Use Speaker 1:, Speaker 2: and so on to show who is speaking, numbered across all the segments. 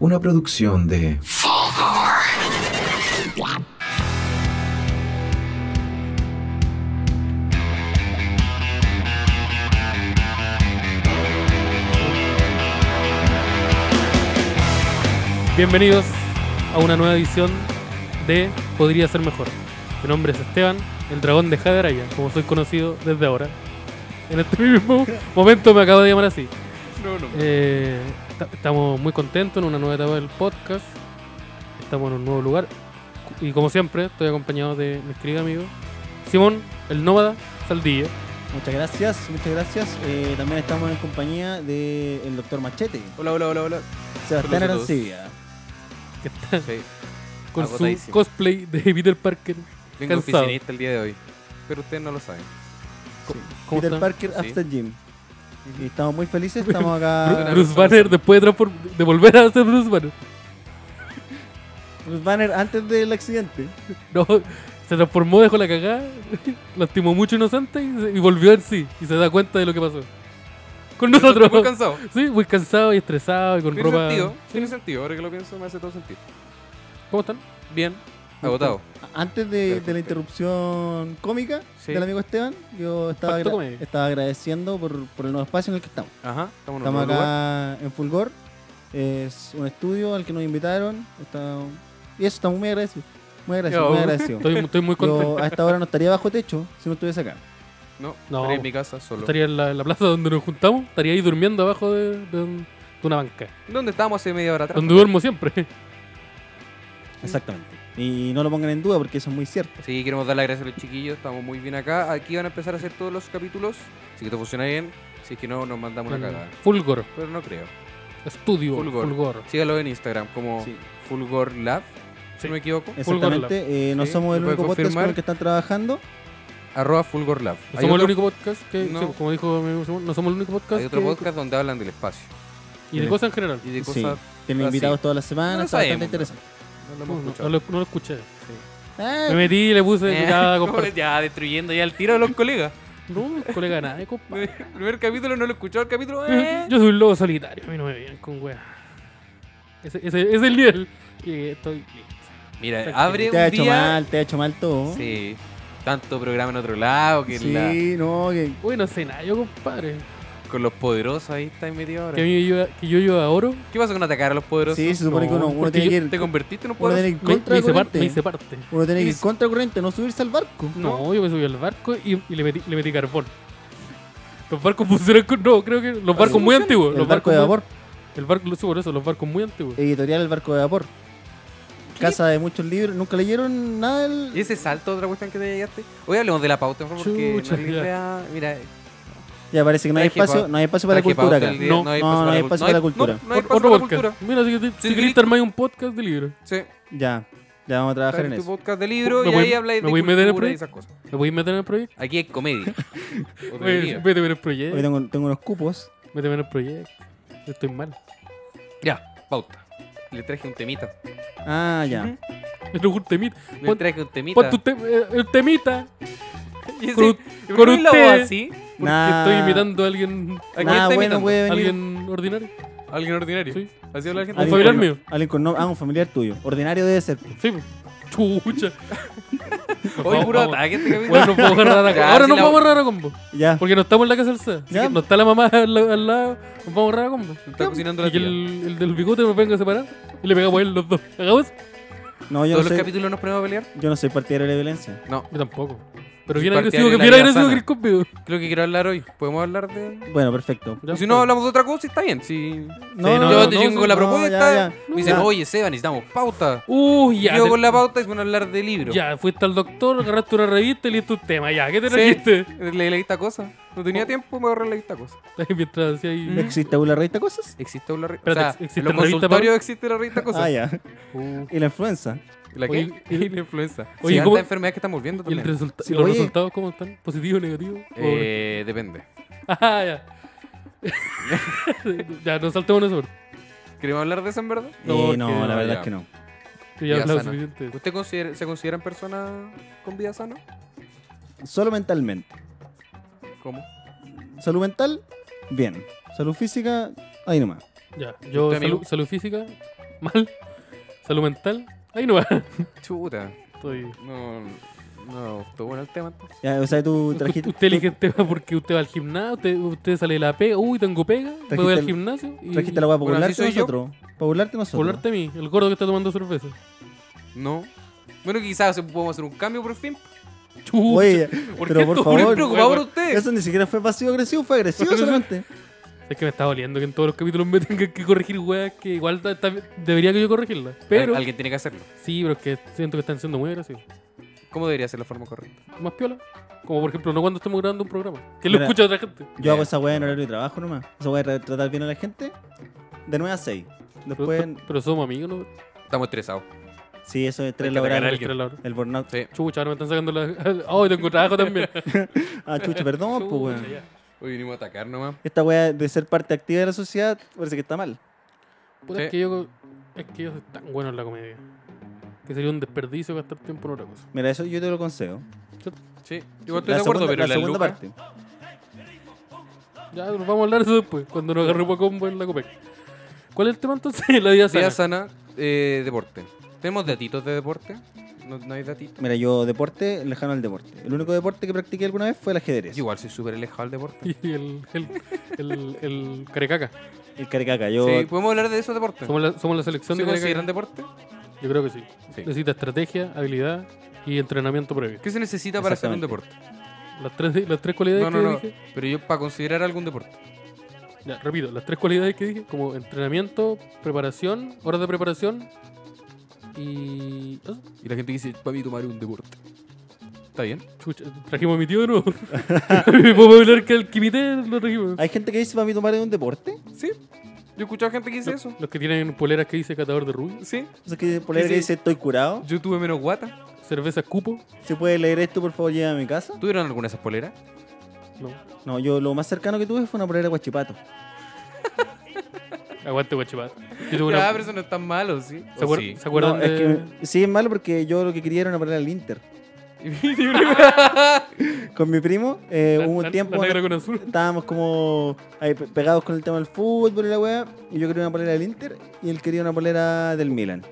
Speaker 1: Una producción de...
Speaker 2: Bienvenidos a una nueva edición de Podría ser mejor. Mi nombre es Esteban, el dragón de Jade Araya, como soy conocido desde ahora. En este mismo momento me acabo de llamar así.
Speaker 3: No, no.
Speaker 2: Eh, esta- estamos muy contentos en una nueva etapa del podcast. Estamos en un nuevo lugar. Y como siempre, estoy acompañado de mis queridos amigos Simón, el nómada, Saldilla.
Speaker 4: Muchas gracias, muchas gracias. Eh, también estamos en compañía del doctor Machete,
Speaker 3: Hola, hola, hola, hola.
Speaker 4: Sebastián
Speaker 3: Saludos a todos.
Speaker 4: Arancibia.
Speaker 2: que está
Speaker 3: Sí.
Speaker 2: con su
Speaker 3: Agotadísimo.
Speaker 2: cosplay de Peter Parker.
Speaker 3: Vengo
Speaker 2: Cansado.
Speaker 3: oficinista el día de hoy. Pero ustedes no lo saben.
Speaker 2: ¿Cómo
Speaker 4: Peter
Speaker 2: está?
Speaker 4: Parker
Speaker 3: Sí.
Speaker 4: After Gym. Y estamos muy felices, estamos
Speaker 2: Bru-
Speaker 4: acá.
Speaker 2: Bruce Banner después de, transform- de volver a ser Bruce Banner.
Speaker 4: Bruce Banner antes del accidente.
Speaker 2: No, se transformó, dejó la cagada, lastimó mucho inocente y, se- y volvió en sí. Y se da cuenta de lo que pasó. Con nosotros.
Speaker 3: Estoy muy cansado.
Speaker 2: sí, muy cansado y estresado y con
Speaker 3: Tiene
Speaker 2: ropa.
Speaker 3: sentido. Tiene sentido. Ahora que lo pienso, me hace todo sentido.
Speaker 2: ¿Cómo están?
Speaker 3: Bien. Agotado.
Speaker 4: Antes de, de
Speaker 3: Perfecto.
Speaker 4: la interrupción cómica
Speaker 2: Sí.
Speaker 4: del amigo Esteban, yo estaba,
Speaker 2: Faltó
Speaker 4: agra-
Speaker 2: comedia.
Speaker 4: estaba agradeciendo por, por el nuevo espacio en el que estamos.
Speaker 3: Ajá. Estamos en un
Speaker 4: Estamos
Speaker 3: nuevo lugar.
Speaker 4: acá en Fulgor. Es un estudio al que nos invitaron. Está- Y eso, estamos muy agradecidos. Muy agradecidos,
Speaker 2: Yo-
Speaker 4: muy agradecidos.
Speaker 2: Estoy, estoy muy contento.
Speaker 4: Yo a esta hora no estaría bajo techo si no estuviese acá.
Speaker 3: No,
Speaker 2: No.
Speaker 3: estaría en mi casa solo.
Speaker 2: Estaría en la, en la plaza donde nos juntamos, estaría ahí durmiendo abajo de, de un- de una banca.
Speaker 3: ¿Dónde estábamos hace media hora atrás?
Speaker 2: Donde duermo siempre.
Speaker 4: Exactamente. Y no lo pongan en duda porque eso es muy cierto.
Speaker 3: Sí, queremos dar las gracias a los chiquillos. Estamos muy bien acá. Aquí van a empezar a hacer todos los capítulos. Si que todo funciona bien. Si es que no, nos mandamos una
Speaker 2: En
Speaker 3: cagada.
Speaker 2: Fulgor,
Speaker 3: Pero no creo.
Speaker 2: estudio, Fulgor.
Speaker 3: Fulgor. Sígalo en Instagram
Speaker 2: Oh,
Speaker 3: como
Speaker 4: Sí.
Speaker 3: Fulgor Lab, si
Speaker 2: Sí.
Speaker 3: no me equivoco.
Speaker 4: Exactamente. Eh, no
Speaker 3: Sí,
Speaker 4: somos el
Speaker 3: ¿lo puede
Speaker 4: único podcast
Speaker 3: confirmar?
Speaker 4: con el que están trabajando.
Speaker 3: Arroba Fulgor Lab.
Speaker 2: No somos
Speaker 3: Hay
Speaker 2: el
Speaker 3: otro-
Speaker 2: único podcast que,
Speaker 3: No.
Speaker 2: sí, como dijo mi amigo Simón, no somos el único podcast,
Speaker 3: Hay otro
Speaker 2: que-
Speaker 3: podcast donde hablan del espacio.
Speaker 2: y de cosas en general.
Speaker 3: Y de
Speaker 4: Sí.
Speaker 3: cosas...
Speaker 4: Tienen
Speaker 3: Ah, sí.
Speaker 4: invitados todas las
Speaker 3: No
Speaker 4: semanas.
Speaker 3: lo
Speaker 4: está bastante
Speaker 3: sabemos,
Speaker 4: interesante.
Speaker 3: No lo hemos
Speaker 2: No, no,
Speaker 3: escuchado.
Speaker 2: no lo, no lo escuché.
Speaker 4: Ah,
Speaker 2: Me metí y le puse ya
Speaker 3: Eh,
Speaker 2: compadre.
Speaker 3: ya destruyendo ya el tiro de los colegas.
Speaker 2: No, colega, nada, eh, compadre.
Speaker 3: El primer capítulo no lo escuchó, el capítulo.
Speaker 2: Eh,
Speaker 3: Eh.
Speaker 2: Yo soy un lobo solitario, a mí no me vienen con wea. Ese, ese, ese es el nivel. Y estoy listo.
Speaker 3: Mira, abre
Speaker 4: te ha
Speaker 3: un
Speaker 4: hecho
Speaker 3: día.
Speaker 4: mal, te ha hecho mal todo.
Speaker 3: Sí, tanto programa en otro lado que en
Speaker 4: Sí,
Speaker 3: la-
Speaker 4: no, que-
Speaker 2: Uy, no sé nada, yo, compadre.
Speaker 3: con los poderosos ahí está en media hora.
Speaker 2: Que, a mí yo, que yo yo a oro,
Speaker 3: ¿Qué pasa con atacar a los poderosos?
Speaker 4: sí, se supone que uno,
Speaker 2: No,
Speaker 4: uno
Speaker 2: porque
Speaker 4: tiene
Speaker 2: yo
Speaker 4: que
Speaker 3: ¿Te
Speaker 4: ir,
Speaker 3: convertiste en un
Speaker 4: uno
Speaker 3: poderoso?
Speaker 4: tiene que ir
Speaker 2: me, me hice par- me
Speaker 4: contracorriente.
Speaker 2: hice parte.
Speaker 4: Uno tiene que ir
Speaker 3: Sí.
Speaker 4: contracorriente, no subirse al barco.
Speaker 2: No, yo me subí al barco y, y le, metí, le metí carbón. Los barcos funcionan con. No, creo que. Los barcos muy antiguos.
Speaker 4: El
Speaker 2: los
Speaker 4: barco
Speaker 2: barcos
Speaker 4: de Eh,
Speaker 2: muy-
Speaker 4: vapor.
Speaker 2: El barco, sí, por eso, los barcos muy antiguos.
Speaker 4: Editorial El barco de vapor. Casa de muchos libros. ¿Nunca leyeron nada del.?
Speaker 3: ¿Y ese salto, otra cuestión que te llegaste? Hoy hablemos de la pauta, por favor, porque
Speaker 2: Chucha,
Speaker 3: no es la
Speaker 2: ya.
Speaker 3: idea- Mira,
Speaker 4: Ya parece que no hay
Speaker 3: Traje pa-
Speaker 4: espacio, no hay espacio para la
Speaker 3: traje
Speaker 4: cultura
Speaker 3: pauta
Speaker 4: acá.
Speaker 3: el día-
Speaker 2: No,
Speaker 4: no, no hay espacio para la
Speaker 3: hay-
Speaker 4: cultura.
Speaker 3: No, no hay
Speaker 2: Ot-
Speaker 3: espacio
Speaker 2: otro
Speaker 3: para la
Speaker 2: podcast.
Speaker 3: cultura.
Speaker 2: Mira, si, te- si
Speaker 3: Sí,
Speaker 2: queréis
Speaker 3: sí.
Speaker 2: armar un podcast de libros.
Speaker 3: Sí,
Speaker 4: Ya, ya vamos a trabajar en
Speaker 3: traes tu
Speaker 4: eso.
Speaker 3: podcast de libro
Speaker 2: Me
Speaker 3: y
Speaker 2: voy-
Speaker 3: ahí habláis
Speaker 2: me
Speaker 3: de
Speaker 2: voy a meter en el
Speaker 3: cultura y
Speaker 2: proyecto.
Speaker 3: esas cosas.
Speaker 2: ¿Me voy a meter en el proyecto?
Speaker 3: Aquí hay comedia. O
Speaker 2: Oye,
Speaker 3: debería.
Speaker 2: Méteme en el
Speaker 4: Hoy
Speaker 2: proyecto.
Speaker 4: tengo, tengo unos cupos.
Speaker 2: Méteme en el proyecto. Estoy mal.
Speaker 3: Ya, pauta. Le traje un temita.
Speaker 4: Ah, ya.
Speaker 2: Es un temita.
Speaker 3: Le
Speaker 2: Pon-
Speaker 3: traje un temita.
Speaker 2: Pon tu te- eh, el temita.
Speaker 3: Y ese-
Speaker 2: con-
Speaker 3: ¿y por
Speaker 2: con
Speaker 3: qué la voz
Speaker 2: ustedes.
Speaker 3: así?
Speaker 2: Porque
Speaker 4: Nah.
Speaker 2: estoy imitando a alguien.
Speaker 3: ¿A quién
Speaker 4: Nada
Speaker 3: está
Speaker 4: bueno
Speaker 3: imitando?
Speaker 4: puede venir.
Speaker 2: ¿Alguien ordinario?
Speaker 3: ¿Alguien ordinario?
Speaker 2: Sí.
Speaker 3: ¿Así habla la gente?
Speaker 2: ¿Un
Speaker 4: Alguien
Speaker 2: familiar
Speaker 4: con-
Speaker 2: mío?
Speaker 4: Alguien con nom- Ah, un familiar tuyo. Ordinario debe ser.
Speaker 2: Sí. pues. Chucha.
Speaker 3: Hoy
Speaker 2: Vamos,
Speaker 3: puro
Speaker 2: vamos.
Speaker 3: ataque este capítulo.
Speaker 2: Bueno, nos podemos agarrar a combo.
Speaker 3: Ya,
Speaker 2: Ahora
Speaker 3: si
Speaker 2: nos
Speaker 3: la-
Speaker 2: vamos a agarrar a combo.
Speaker 4: Ya.
Speaker 2: Porque no estamos en la casa del SEA. Así
Speaker 4: Ya.
Speaker 2: que No está la mamá al, la- al lado. Nos vamos a agarrar a combo.
Speaker 3: Está cocinando la
Speaker 2: Y que
Speaker 3: tía.
Speaker 2: el, el del bigote nos venga a separar. Y le pegamos a él los dos. ¿Hagamos?
Speaker 4: No, yo no,
Speaker 3: ¿Todos los
Speaker 4: soy,
Speaker 3: capítulos nos ponemos a pelear?
Speaker 4: yo no soy partidario de la violencia.
Speaker 3: No.
Speaker 2: Yo tampoco. Pero bien
Speaker 3: Soy
Speaker 2: agresivo,
Speaker 3: partidario
Speaker 2: que
Speaker 3: de la
Speaker 2: bien
Speaker 3: vida
Speaker 2: agresivo
Speaker 3: sana.
Speaker 2: que eres conmigo.
Speaker 3: Creo que quiero hablar hoy. ¿Podemos hablar de...?
Speaker 4: Bueno, perfecto.
Speaker 2: Ya,
Speaker 3: Y si
Speaker 2: pero-
Speaker 3: no hablamos de otra cosa, está bien. Si...
Speaker 2: Sí,
Speaker 4: No,
Speaker 2: no,
Speaker 3: Yo
Speaker 2: no,
Speaker 3: te
Speaker 2: no,
Speaker 3: llego
Speaker 2: sí,
Speaker 3: con la
Speaker 4: no, ya,
Speaker 3: propuesta.
Speaker 4: ya.
Speaker 3: Me dicen,
Speaker 4: Ya.
Speaker 3: oye, Seba, necesitamos pauta.
Speaker 2: Uy, ya.
Speaker 3: Llego
Speaker 2: te-
Speaker 3: con la pauta y se van a hablar de libros.
Speaker 2: Ya, fuiste al doctor, agarraste una revista y listo un tema. Ya, ¿qué te
Speaker 3: Sí.
Speaker 2: trajiste?
Speaker 3: Leí la lista cosa. No tenía
Speaker 2: Oh.
Speaker 3: tiempo, me ahorré la lista cosa.
Speaker 2: Mientras hacía ahí.
Speaker 3: Mm.
Speaker 4: ¿Existe una revista cosas?
Speaker 3: ¿Existe una revista? O
Speaker 2: Espérate,
Speaker 3: sea,
Speaker 2: ¿ex- existe
Speaker 3: en los
Speaker 2: la revista
Speaker 3: consultorios existe la revista cosa.
Speaker 4: Ah, ya.
Speaker 2: Uh.
Speaker 4: Y la influenza.
Speaker 3: ¿La qué?
Speaker 2: Oye,
Speaker 3: Y la influenza.
Speaker 2: oye,
Speaker 3: Oye,
Speaker 2: ¿cómo-
Speaker 3: la enfermedad que estamos viendo
Speaker 2: ¿Y, el
Speaker 3: también.
Speaker 2: resulta-
Speaker 4: Sí,
Speaker 2: y los
Speaker 4: oye.
Speaker 2: resultados cómo están? ¿Positivos, negativos? Pobre.
Speaker 3: Eh, depende.
Speaker 2: Ah, ya. ya, no saltemos eso. porque
Speaker 3: ¿Queremos hablar de eso en verdad?
Speaker 2: No,
Speaker 4: Eh, no,
Speaker 2: que-
Speaker 4: la
Speaker 3: ya.
Speaker 4: verdad es que no.
Speaker 2: Ya he
Speaker 3: Vida
Speaker 2: hablado
Speaker 3: sana.
Speaker 2: suficiente. de eso.
Speaker 3: ¿Usted considera- se consideran personas con vida sana?
Speaker 4: Solo mentalmente.
Speaker 3: ¿Cómo?
Speaker 4: Salud mental, bien. Salud física, ahí nomás.
Speaker 2: Ya, yo
Speaker 4: Pues,
Speaker 3: ¿Usted, amigo?
Speaker 2: salud, salud física, mal, salud mental. Ahí no va.
Speaker 3: Chuta.
Speaker 2: Estoy...
Speaker 3: No, no, estuvo bueno el tema entonces.
Speaker 4: Ya, o sea, tú trajiste.
Speaker 2: Usted elige
Speaker 4: tú
Speaker 2: el tema porque usted va al gimnasio, usted, usted sale de la pega, uy, tengo pega, me voy
Speaker 4: Trajiste
Speaker 2: al
Speaker 4: el-
Speaker 2: gimnasio y
Speaker 4: Trajiste la weá para
Speaker 3: Bueno, así
Speaker 4: burlarte
Speaker 3: soy yo.
Speaker 4: nosotros. Para burlarte nosotros.
Speaker 2: volarte a mí, el gordo que está tomando cerveza.
Speaker 3: No. Bueno, quizás podemos hacer un cambio por fin.
Speaker 2: Chucha.
Speaker 4: Oye,
Speaker 2: ¿por
Speaker 4: pero
Speaker 2: qué
Speaker 4: por
Speaker 2: tú-
Speaker 3: Muy
Speaker 2: Por-
Speaker 4: favor.
Speaker 3: preocupado por
Speaker 2: por-
Speaker 3: usted.
Speaker 4: Eso ni siquiera fue pasivo agresivo, fue agresivo solamente.
Speaker 2: Es que me está doliendo que en todos los capítulos me tengan que corregir weas que igual ta- ta- debería que yo corregirlas. Pero,
Speaker 3: Al- alguien tiene que hacerlo.
Speaker 2: sí, pero es que siento que están siendo muy agresivos.
Speaker 3: ¿Cómo debería ser la forma correcta?
Speaker 2: Más piola. Como por ejemplo, no cuando estamos grabando un programa. Que lo
Speaker 4: Mira.
Speaker 2: escucha otra gente.
Speaker 4: Yo
Speaker 3: Eh.
Speaker 4: hago esa weá en horario de trabajo nomás. Esa weá de tratar bien a la gente. De 9 a 6.
Speaker 2: Pero,
Speaker 4: Después,
Speaker 2: pero- pero somos amigos, ¿no?
Speaker 3: Estamos estresados.
Speaker 4: sí, eso es
Speaker 3: Hay
Speaker 4: 3
Speaker 3: que atacar
Speaker 4: laborales.
Speaker 3: alguien.
Speaker 2: Entre la hora.
Speaker 4: El burnout.
Speaker 3: Sí.
Speaker 2: Chucha, ahora me están sacando la. ¡Oh, tengo trabajo también!
Speaker 4: Ah, chucha, perdón, pues
Speaker 2: Chucha,
Speaker 4: weón.
Speaker 2: ya.
Speaker 3: Hoy vinimos a atacar nomás.
Speaker 4: Esta weá de ser parte activa de la sociedad parece que está mal.
Speaker 2: Puta,
Speaker 3: Sí.
Speaker 2: es que yo. Es que yo soy tan bueno en la comedia. Que sería un desperdicio gastar tiempo en otra cosa.
Speaker 4: Mira, eso yo te lo consejo.
Speaker 3: Sí. Yo estoy de acuerdo, pero la,
Speaker 4: segunda
Speaker 3: luca-
Speaker 4: parte.
Speaker 2: Ya, nos vamos a hablar de eso después, cuando nos agarremos a combo en la Copec. ¿Cuál es el tema entonces? La vida sana.
Speaker 3: Vida sana, eh, deporte. ¿Tenemos datitos de deporte? ¿No, no hay datitos?
Speaker 4: Mira, yo deporte, lejano al deporte. El único deporte que practiqué alguna vez fue el ajedrez.
Speaker 3: Yo igual soy súper alejado del deporte.
Speaker 2: Y el, el, el, el carecaca.
Speaker 4: El caricaca, yo...
Speaker 3: Sí, pues. ¿podemos hablar de esos deportes?
Speaker 2: Somos la, somos la selección
Speaker 3: ¿Se
Speaker 2: de carecaca.
Speaker 3: consideran deporte?
Speaker 2: Yo creo que sí.
Speaker 3: Sí.
Speaker 2: Necesita estrategia, habilidad y entrenamiento previo.
Speaker 3: ¿Qué se necesita para hacer un deporte?
Speaker 4: Exactamente.
Speaker 2: Las tres, las tres cualidades
Speaker 3: No,
Speaker 2: que
Speaker 3: no, no.
Speaker 2: dije.
Speaker 3: Pero yo, para considerar algún deporte.
Speaker 2: Ya, repito, las tres cualidades que dije, como entrenamiento, preparación, horas de preparación y. ah, ¿eso?
Speaker 3: Y la gente dice, para mí tomar un deporte. ¿Está bien?
Speaker 2: Chucha, trajimos a mi tío de nuevo. Podemos hablar que al Kimité lo trajimos.
Speaker 4: Hay gente que dice para mí tomar es un deporte.
Speaker 3: Sí. Yo he escuchado gente que dice eso.
Speaker 2: Los que tienen poleras que dice catador de rubio,
Speaker 3: Sí.
Speaker 4: O sea, que por leer
Speaker 3: Sí, sí.
Speaker 4: dice estoy curado.
Speaker 3: Yo tuve menos guata.
Speaker 2: cerveza cupo.
Speaker 4: Si puede leer esto, por favor, llévame a mi casa.
Speaker 3: ¿Tuvieron alguna de esas poleras?
Speaker 2: No,
Speaker 4: No, yo lo más cercano que tuve fue una polera de guachipato.
Speaker 2: aguante, guachipá. Yo tuve
Speaker 3: Cada
Speaker 2: una.
Speaker 3: persona no es tan malo, sí.
Speaker 2: ¿Se,
Speaker 3: ¿O
Speaker 2: acuer-
Speaker 3: sí?
Speaker 2: ¿se acuerdan
Speaker 4: No, es
Speaker 2: de.?
Speaker 4: que- sí, es malo porque yo lo que quería era una polera del Inter. Con mi primo eh,
Speaker 2: la-
Speaker 4: hubo
Speaker 2: la-
Speaker 4: un tiempo
Speaker 2: la negra
Speaker 4: donde
Speaker 2: con azul.
Speaker 4: estábamos como ahí pe- pegados con el tema del fútbol y la weá. Y yo quería una polera del Inter y él quería una polera del Milan.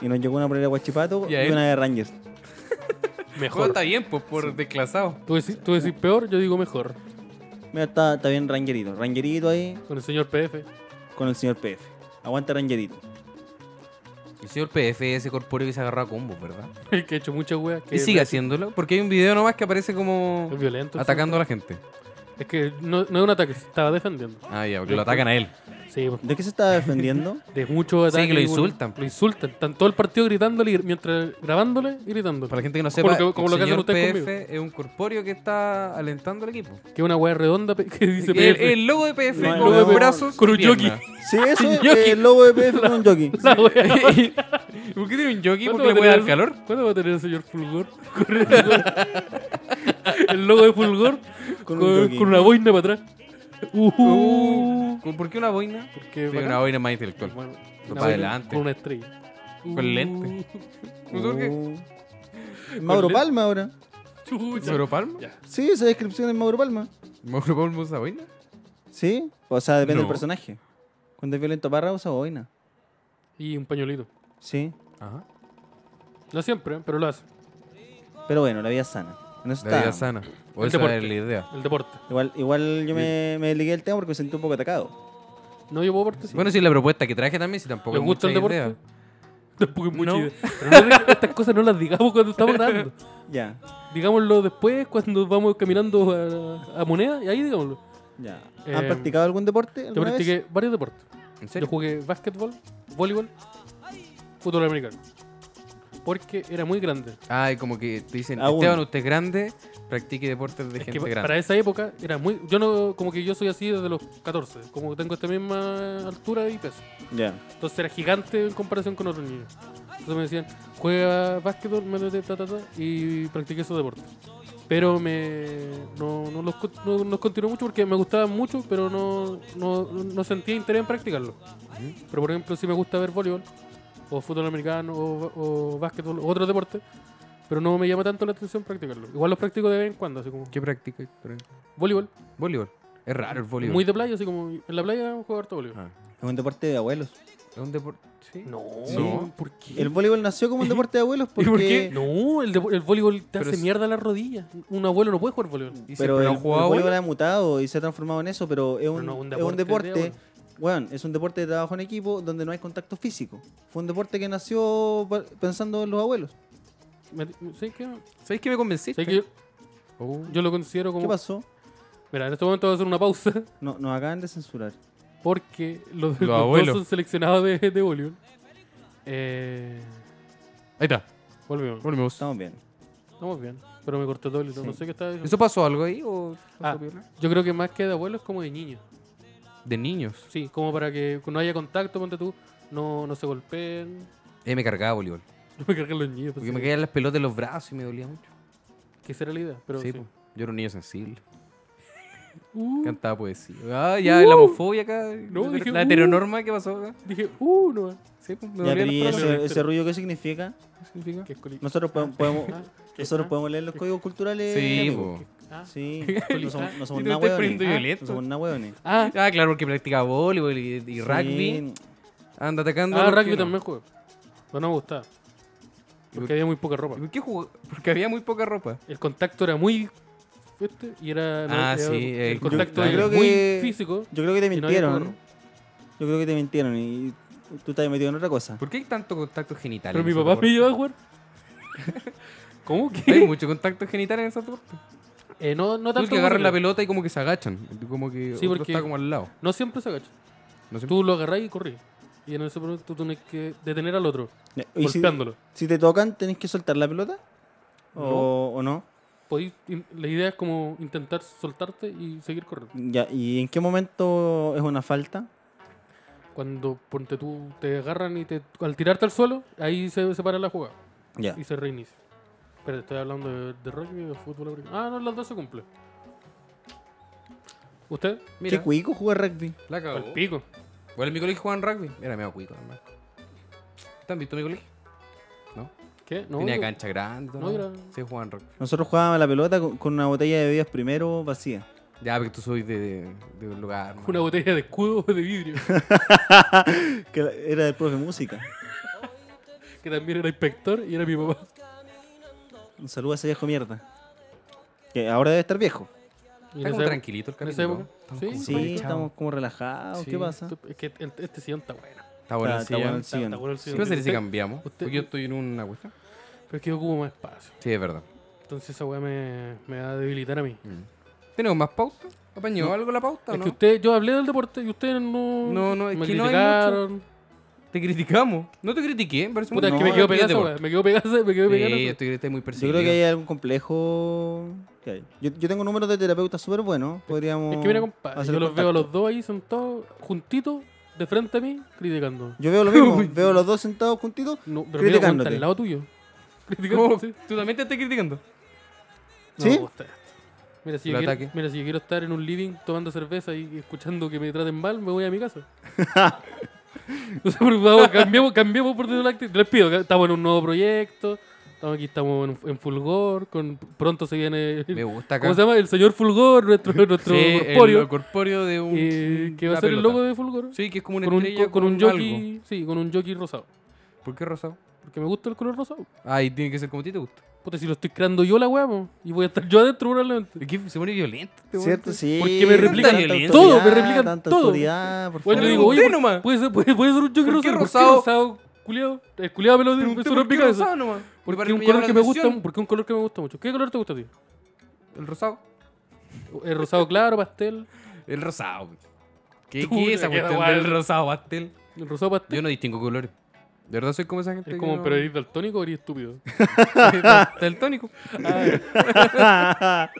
Speaker 4: Y nos llegó una polera de guachipato
Speaker 3: ¿Y
Speaker 4: y,
Speaker 3: a él?
Speaker 4: una de Rangers.
Speaker 3: Bueno,
Speaker 2: Mejor.
Speaker 3: está bien, pues, por desclasado.
Speaker 2: Tú decís, tú decís peor, yo digo mejor.
Speaker 4: Mira, está, está bien Rangerito. Rangerito ahí
Speaker 2: Con el señor PF.
Speaker 4: con el señor PF. Aguanta Rangerito.
Speaker 3: El señor PF ese corpóreo que se agarró a combos, ¿verdad?
Speaker 2: El que ha hecho muchas weas. Que
Speaker 3: Y sigue haciéndolo, porque hay un video nomás que aparece como
Speaker 2: Es violento.
Speaker 3: atacando a la gente.
Speaker 2: Es que no, no es un ataque, se estaba defendiendo.
Speaker 3: Ah, ya, porque lo atacan a él.
Speaker 2: Sí, pues,
Speaker 4: ¿De qué se estaba defendiendo?
Speaker 2: de muchos
Speaker 3: Sí,
Speaker 2: ataques.
Speaker 3: que lo
Speaker 2: bueno,
Speaker 3: insultan.
Speaker 2: Lo insultan. Están todo el partido gritándole y- mientras grabándole y gritándole.
Speaker 3: Para la gente que no
Speaker 2: Como
Speaker 3: sepa,
Speaker 2: lo que- como
Speaker 3: el
Speaker 2: lo que hacen
Speaker 3: señor
Speaker 2: ustedes
Speaker 3: PF es un corpóreo que está alentando al equipo.
Speaker 2: Que es una wea redonda pe- que dice
Speaker 3: el,
Speaker 2: PF.
Speaker 3: el logo de PF,
Speaker 4: No, el
Speaker 3: con
Speaker 4: logo
Speaker 3: los
Speaker 4: de-
Speaker 3: brazos
Speaker 2: con
Speaker 3: y
Speaker 2: un jockey.
Speaker 3: piernas.
Speaker 4: Sí, eso es
Speaker 2: Yoki.
Speaker 4: eh, el lobo de PF con un jockey.
Speaker 2: La wea.
Speaker 3: ¿Por qué tiene un jockey?
Speaker 2: ¿Cuándo
Speaker 3: ¿Porque le
Speaker 2: va a
Speaker 3: puede
Speaker 2: tener
Speaker 3: dar
Speaker 2: el-
Speaker 3: calor?
Speaker 2: ¿Cuándo va a tener el señor Fulgor? Con el- el logo de Fulgor
Speaker 4: Con
Speaker 2: con,
Speaker 4: un jockey.
Speaker 2: con una boina para atrás. Ujú.
Speaker 3: Uh, ¿Por qué una boina?
Speaker 2: Porque
Speaker 3: Porque
Speaker 2: bacán.
Speaker 3: una boina más intelectual.
Speaker 2: Bueno, una
Speaker 3: para
Speaker 2: boina
Speaker 3: adelante.
Speaker 2: Con una estrella.
Speaker 3: Con lente. ¿No sé por qué?
Speaker 4: Uh. Mauro
Speaker 2: Con
Speaker 4: Palma ahora.
Speaker 2: Uh, Chucha.
Speaker 3: ¿Mauro Palma?
Speaker 2: Ya.
Speaker 4: Sí, esa descripción es Mauro Palma.
Speaker 3: ¿Mauro Palma usa boina?
Speaker 4: Sí, o sea, depende
Speaker 3: No.
Speaker 4: del personaje. Cuando es violento parra usa boina.
Speaker 2: Y un pañuelito.
Speaker 4: Sí,
Speaker 3: Ajá.
Speaker 2: No siempre, ¿eh? pero lo hace.
Speaker 4: pero bueno, la vida es sana. En eso
Speaker 3: La vida
Speaker 4: estábamos.
Speaker 3: sana. O
Speaker 2: El
Speaker 3: esa
Speaker 2: deporte.
Speaker 3: es la idea.
Speaker 2: El deporte.
Speaker 4: Igual, igual yo me, me ligué el tema porque me sentí un poco atacado.
Speaker 2: No, yo puedo participar.
Speaker 3: Bueno, sí, la propuesta que traje también, si tampoco
Speaker 2: ¿Les
Speaker 3: hay
Speaker 2: gusta el
Speaker 3: mucha
Speaker 2: deporte?
Speaker 3: idea.
Speaker 2: Tampoco es mucha
Speaker 3: No.
Speaker 2: idea. Pero no, estas cosas no las digamos cuando estamos grabando.
Speaker 4: Ya,
Speaker 2: Digámoslo después, cuando vamos caminando a, a moneda, y ahí digámoslo.
Speaker 4: ya. ¿Han
Speaker 2: Eh,
Speaker 4: practicado algún deporte?
Speaker 2: Yo
Speaker 4: alguna vez?
Speaker 2: practiqué varios deportes.
Speaker 3: ¿En
Speaker 2: Yo
Speaker 3: serio?
Speaker 2: jugué básquetbol, voleibol, fútbol americano. Porque era muy grande.
Speaker 3: Ay, como que te dicen,
Speaker 4: Aún.
Speaker 3: Esteban, usted es grande, practique deportes de
Speaker 2: Es que
Speaker 3: gente
Speaker 2: pa-
Speaker 3: grande.
Speaker 2: para esa época era muy. Yo no. Como que yo soy así desde los 14. Como que tengo esta misma altura y peso.
Speaker 4: Ya.
Speaker 2: Entonces era gigante en comparación con otros niños. Entonces me decían, juega básquetbol, métete, ta, ta, ta, y practiqué esos deportes. Pero me, no, no los, con- no, no los continué mucho porque me gustaban mucho, pero no, no, no sentía interés en practicarlo. Pero por ejemplo, sí me gusta ver voleibol, o fútbol americano, o, o básquetbol, o otros deportes, pero no me llama tanto la atención practicarlo. Igual los practico de vez en cuando, así como
Speaker 3: ¿Qué practica? por ejemplo?
Speaker 2: voleibol.
Speaker 3: Voleibol. Es raro el voleibol.
Speaker 2: Muy de playa, así como en la playa juego harto voleibol.
Speaker 3: Ah.
Speaker 4: Es un deporte de abuelos.
Speaker 3: Es un deporte. Sí.
Speaker 2: No.
Speaker 3: Sí.
Speaker 2: ¿Por qué?
Speaker 4: El voleibol nació como un deporte de abuelos
Speaker 2: ¿Y
Speaker 4: porque...
Speaker 2: por qué? No, el, de- el voleibol te
Speaker 3: Pero
Speaker 2: hace
Speaker 3: es-
Speaker 2: mierda las rodillas. Un abuelo no puede jugar voleibol.
Speaker 3: Y siempre
Speaker 4: Pero el,
Speaker 3: lo han
Speaker 4: el
Speaker 3: jugado
Speaker 4: voleibol
Speaker 3: abuelos.
Speaker 4: ha mutado y se ha transformado en eso, pero es un,
Speaker 2: no, un
Speaker 4: es un
Speaker 2: deporte de
Speaker 4: deporte, bueno, es un deporte de trabajo en equipo donde no hay contacto físico. Fue un deporte que nació pa- pensando en los abuelos. Mm.
Speaker 2: Me- me- ¿Sabes qué?
Speaker 3: ¿Sabéis que me convenciste?
Speaker 2: ¿Sabes qué? Yo,
Speaker 3: Oh.
Speaker 2: yo lo considero como.
Speaker 4: ¿Qué pasó?
Speaker 2: Mira, en este momento voy a hacer una pausa
Speaker 4: No, nos acaban de censurar.
Speaker 2: porque los, los dos
Speaker 3: abuelos.
Speaker 2: son seleccionados de, de voleibol. Eh,
Speaker 3: Ahí está.
Speaker 2: volvimos.
Speaker 3: Volvemos.
Speaker 4: Estamos bien.
Speaker 2: Estamos bien. Pero me cortó todo el hilo.
Speaker 4: Sí.
Speaker 2: No sé qué estaba diciendo.
Speaker 3: ¿Eso pasó algo ahí o
Speaker 2: Ah.
Speaker 3: pasó piola?
Speaker 2: Yo creo que más que de abuelos, como de niños.
Speaker 3: de niños?
Speaker 2: Sí, como para que no haya contacto, ponte tú. No, no se golpeen.
Speaker 3: Eh, me cargaba voleibol.
Speaker 2: No me cargan los niños.
Speaker 3: Porque
Speaker 2: pensé
Speaker 3: me
Speaker 2: que-
Speaker 3: caían las pelotas de los brazos y me dolía mucho.
Speaker 2: Que será la idea. Pero
Speaker 3: sí, pues.
Speaker 2: sí.
Speaker 3: po. yo era un niño sensible.
Speaker 2: Uh,
Speaker 3: Cantaba poesía. Ah, ya, la homofobia acá.
Speaker 2: No,
Speaker 3: la,
Speaker 2: dije,
Speaker 3: la
Speaker 2: uh.
Speaker 3: heteronorma que pasó acá.
Speaker 2: dije, uh, no. eh.
Speaker 3: Sí, pues me
Speaker 4: Ya, pero ¿y
Speaker 3: dolía las
Speaker 2: palabras.
Speaker 4: ese, ese ruido qué significa?
Speaker 3: pelotas.
Speaker 2: Que es coli-
Speaker 4: Nosotros podemos,
Speaker 2: Ah,
Speaker 4: podemos,
Speaker 2: que-
Speaker 4: nosotros
Speaker 2: ah,
Speaker 4: podemos leer los códigos culturales.
Speaker 3: Sí,
Speaker 4: amigo.
Speaker 3: po.
Speaker 2: ah.
Speaker 4: Sí,
Speaker 2: Coli-
Speaker 4: no somos, no somos
Speaker 3: Y te
Speaker 4: nada
Speaker 3: estoy
Speaker 4: hueones.
Speaker 3: poniendo
Speaker 4: Ah,
Speaker 3: violento.
Speaker 4: No somos nada hueones.
Speaker 2: Ah,
Speaker 3: Ah, claro, porque practicaba voleibol y, y rugby.
Speaker 4: Sí,
Speaker 3: Anda atacando. a
Speaker 2: ah,
Speaker 3: los
Speaker 2: rugby
Speaker 3: que no.
Speaker 2: también juego. Pero no me gustaba. Porque había muy poca ropa.
Speaker 3: ¿Y por qué jugó? Porque había muy poca ropa.
Speaker 2: El contacto era muy. fuerte y era. no,
Speaker 3: Ah,
Speaker 2: era-
Speaker 3: sí,
Speaker 2: El,
Speaker 3: el-
Speaker 2: contacto
Speaker 3: yo- yo
Speaker 2: era
Speaker 4: creo
Speaker 2: muy
Speaker 4: que-
Speaker 2: físico.
Speaker 4: Yo creo que te
Speaker 2: y no había
Speaker 4: mintieron.
Speaker 3: ¿eh?
Speaker 2: poca ropa.
Speaker 4: Yo creo que te mintieron y tú estás metido en otra cosa.
Speaker 3: ¿Por qué hay tanto contacto genital?
Speaker 2: Pero
Speaker 3: en
Speaker 2: mi
Speaker 3: ese
Speaker 2: papá me
Speaker 3: deporte?
Speaker 2: llevaba a jugar. ¿Cómo que?
Speaker 3: Hay mucho contacto genital en esa deporte.
Speaker 2: Eh, no, no tanto.
Speaker 3: Porque
Speaker 2: como
Speaker 3: agarran la
Speaker 2: creo.
Speaker 3: pelota y como que se agachan. Como que
Speaker 2: Sí,
Speaker 3: otro
Speaker 2: porque-
Speaker 3: está como al lado.
Speaker 2: No siempre se agacha.
Speaker 3: No sé.
Speaker 2: Tú lo agarrás y corrís. Y en ese momento tú tienes que detener al otro,
Speaker 4: Y si-
Speaker 2: golpeándolo.
Speaker 4: Si te tocan, ¿tenés que soltar la pelota? ¿O
Speaker 2: No.
Speaker 4: o no?
Speaker 2: Podís- in- la idea es como intentar soltarte y seguir corriendo.
Speaker 4: Ya, ¿Y en qué momento es una falta?
Speaker 2: Cuando ponte tú te agarran y te, al tirarte al suelo, ahí se separa la jugada
Speaker 4: Ya.
Speaker 2: y se reinicia. Pero estoy hablando de, de rugby o de fútbol americano. Ah, no, las dos se cumplen. ¿Usted?
Speaker 4: ¿Qué
Speaker 3: Mira,
Speaker 4: cuico jugar rugby?
Speaker 3: la cagó.
Speaker 2: Al pico.
Speaker 3: Bueno, en mi colegio jugaban rugby. Era medio cuico, hermano. ¿Te han visto mi colegio? No.
Speaker 2: ¿Qué? No.
Speaker 3: Tenía
Speaker 2: yo-
Speaker 3: cancha grande.
Speaker 2: no,
Speaker 3: No,
Speaker 2: era-
Speaker 3: Sí, jugaban rugby.
Speaker 4: Nosotros jugábamos a la pelota con, con una botella de bebidas primero vacía.
Speaker 3: Ya, porque tú sois de, de, de un lugar. hermano.
Speaker 2: Una botella de escudo de vidrio,
Speaker 4: Que la- era del profe de música.
Speaker 2: que también era inspector y era mi papá.
Speaker 4: Un saludo a ese viejo mierda. Que ahora debe estar viejo.
Speaker 2: Y en
Speaker 3: Está como
Speaker 2: esa época-
Speaker 3: tranquilito el
Speaker 2: en
Speaker 3: camino.
Speaker 2: esa época- sí, pues,
Speaker 4: Sí, estamos como relajados.
Speaker 2: Sí,
Speaker 4: ¿Qué pasa?
Speaker 2: tú- Es que el- este sillón está bueno.
Speaker 3: Está bueno el
Speaker 4: Está- está
Speaker 3: sillón.
Speaker 4: bueno el
Speaker 2: Está- está
Speaker 4: sillón.
Speaker 2: bueno el
Speaker 3: ¿Qué
Speaker 2: sillón.
Speaker 3: pasaría si
Speaker 2: Usted-
Speaker 3: cambiamos?
Speaker 2: usted-
Speaker 3: Porque yo estoy en una cuestión.
Speaker 2: Pero es que yo ocupo más espacio.
Speaker 3: Sí, es verdad.
Speaker 2: Entonces esa weá me, me va a debilitar a mí.
Speaker 3: Mm. ¿Tenemos más pauta? ¿Apañó algo la pauta o
Speaker 2: Es
Speaker 3: no?
Speaker 2: que usted, yo hablé del deporte y ustedes no.
Speaker 3: No, no, es
Speaker 2: me
Speaker 3: que no hay
Speaker 2: criticaron.
Speaker 3: Te criticamos. No te critiqué, me parece
Speaker 2: Puta,
Speaker 3: muy
Speaker 2: es que me
Speaker 4: No,
Speaker 2: quedo
Speaker 4: es
Speaker 2: pegado, esa
Speaker 3: Sí,
Speaker 2: weá, me quedo pegado, esa- me quedo pegado. esa-
Speaker 3: estoy, estoy muy
Speaker 4: Yo
Speaker 3: percibido.
Speaker 4: creo que hay algún complejo. que hay. Yo, yo tengo números de terapeutas súper buenos. Podríamos.
Speaker 2: Es que mira, compadre,
Speaker 4: hacer
Speaker 2: yo los veo a
Speaker 4: contacto.
Speaker 2: los dos ahí sentados, juntitos, de frente a mí, criticando.
Speaker 4: Yo veo lo mismo. veo los dos sentados juntitos.
Speaker 2: No, pero mira, aguanta
Speaker 4: Criticándote.
Speaker 2: al lado tuyo. Criticando.
Speaker 3: ¿Cómo? ¿Tú también te estás criticando?
Speaker 4: ¿Sí?
Speaker 2: Mira si,
Speaker 3: El
Speaker 2: yo quiero,
Speaker 3: ataque.
Speaker 2: mira, si yo quiero estar en un living tomando cerveza y escuchando que me traten mal, me voy a mi casa. o sea, por favor, cambiemos, cambiemos por tener la actitud. Les pido, ca- estamos en un nuevo proyecto, estamos aquí, estamos en, en Fulgor, con, pronto se viene...
Speaker 3: Me gusta acá.
Speaker 2: ¿Cómo se llama? El señor Fulgor, nuestro, nuestro
Speaker 3: Sí, el
Speaker 2: corpóreo.
Speaker 3: corpóreo de un.
Speaker 2: eh, que va a
Speaker 3: una
Speaker 2: ser el
Speaker 3: pelota.
Speaker 2: logo de Fulgor.
Speaker 3: Sí, que es como una
Speaker 2: con un,
Speaker 3: estrella
Speaker 2: con, con un
Speaker 3: algo.
Speaker 2: jockey, sí, con un jockey rosado.
Speaker 3: ¿Por qué rosado?
Speaker 2: Porque me gusta el color rosado.
Speaker 3: Ah, y tiene que ser como a ti te gusta.
Speaker 2: Puta, si lo estoy creando yo la weá, po, y voy a estar yo adentro probablemente.
Speaker 3: Es que se pone violento. este
Speaker 4: ¿Cierto? Sí.
Speaker 2: ¿Por qué me replican
Speaker 4: Tanta
Speaker 3: violento?
Speaker 4: autoridad,
Speaker 2: Todo, me replican
Speaker 4: tanta
Speaker 2: todo.
Speaker 4: autoridad, por
Speaker 2: Bueno, yo
Speaker 4: favor.
Speaker 2: digo, oye, ¿por-
Speaker 3: Usted nomás.
Speaker 2: puede ser, puede, puede ser un jockey
Speaker 3: ¿Por qué
Speaker 2: rosado.
Speaker 3: rosado?
Speaker 2: rosado? Culiado. El culiado me lo
Speaker 3: weón.
Speaker 2: dijo,
Speaker 3: Pregunté
Speaker 2: eso no es
Speaker 3: por
Speaker 2: mi
Speaker 3: qué
Speaker 2: cabeza.
Speaker 3: rosado nomás. Porque
Speaker 2: Porque
Speaker 3: para
Speaker 2: un
Speaker 3: mí llama
Speaker 2: color
Speaker 3: la
Speaker 2: que me gusta,
Speaker 3: atención.
Speaker 2: porque un color que me gusta mucho. ¿Qué color te gusta a ti?
Speaker 3: El rosado.
Speaker 2: ¿El rosado claro, pastel?
Speaker 3: El rosado. güey. ¿Qué,
Speaker 2: Tú,
Speaker 3: ¿qué es esa
Speaker 2: te queda
Speaker 3: cuestión
Speaker 2: guay.
Speaker 3: del rosado pastel?
Speaker 2: ¿El rosado pastel?
Speaker 3: Yo no distingo colores. De verdad soy como esa gente.
Speaker 2: Es
Speaker 3: que
Speaker 2: como,
Speaker 3: no-
Speaker 2: pero eres daltónico o eres estúpido.
Speaker 3: Daltónico.
Speaker 2: Ah,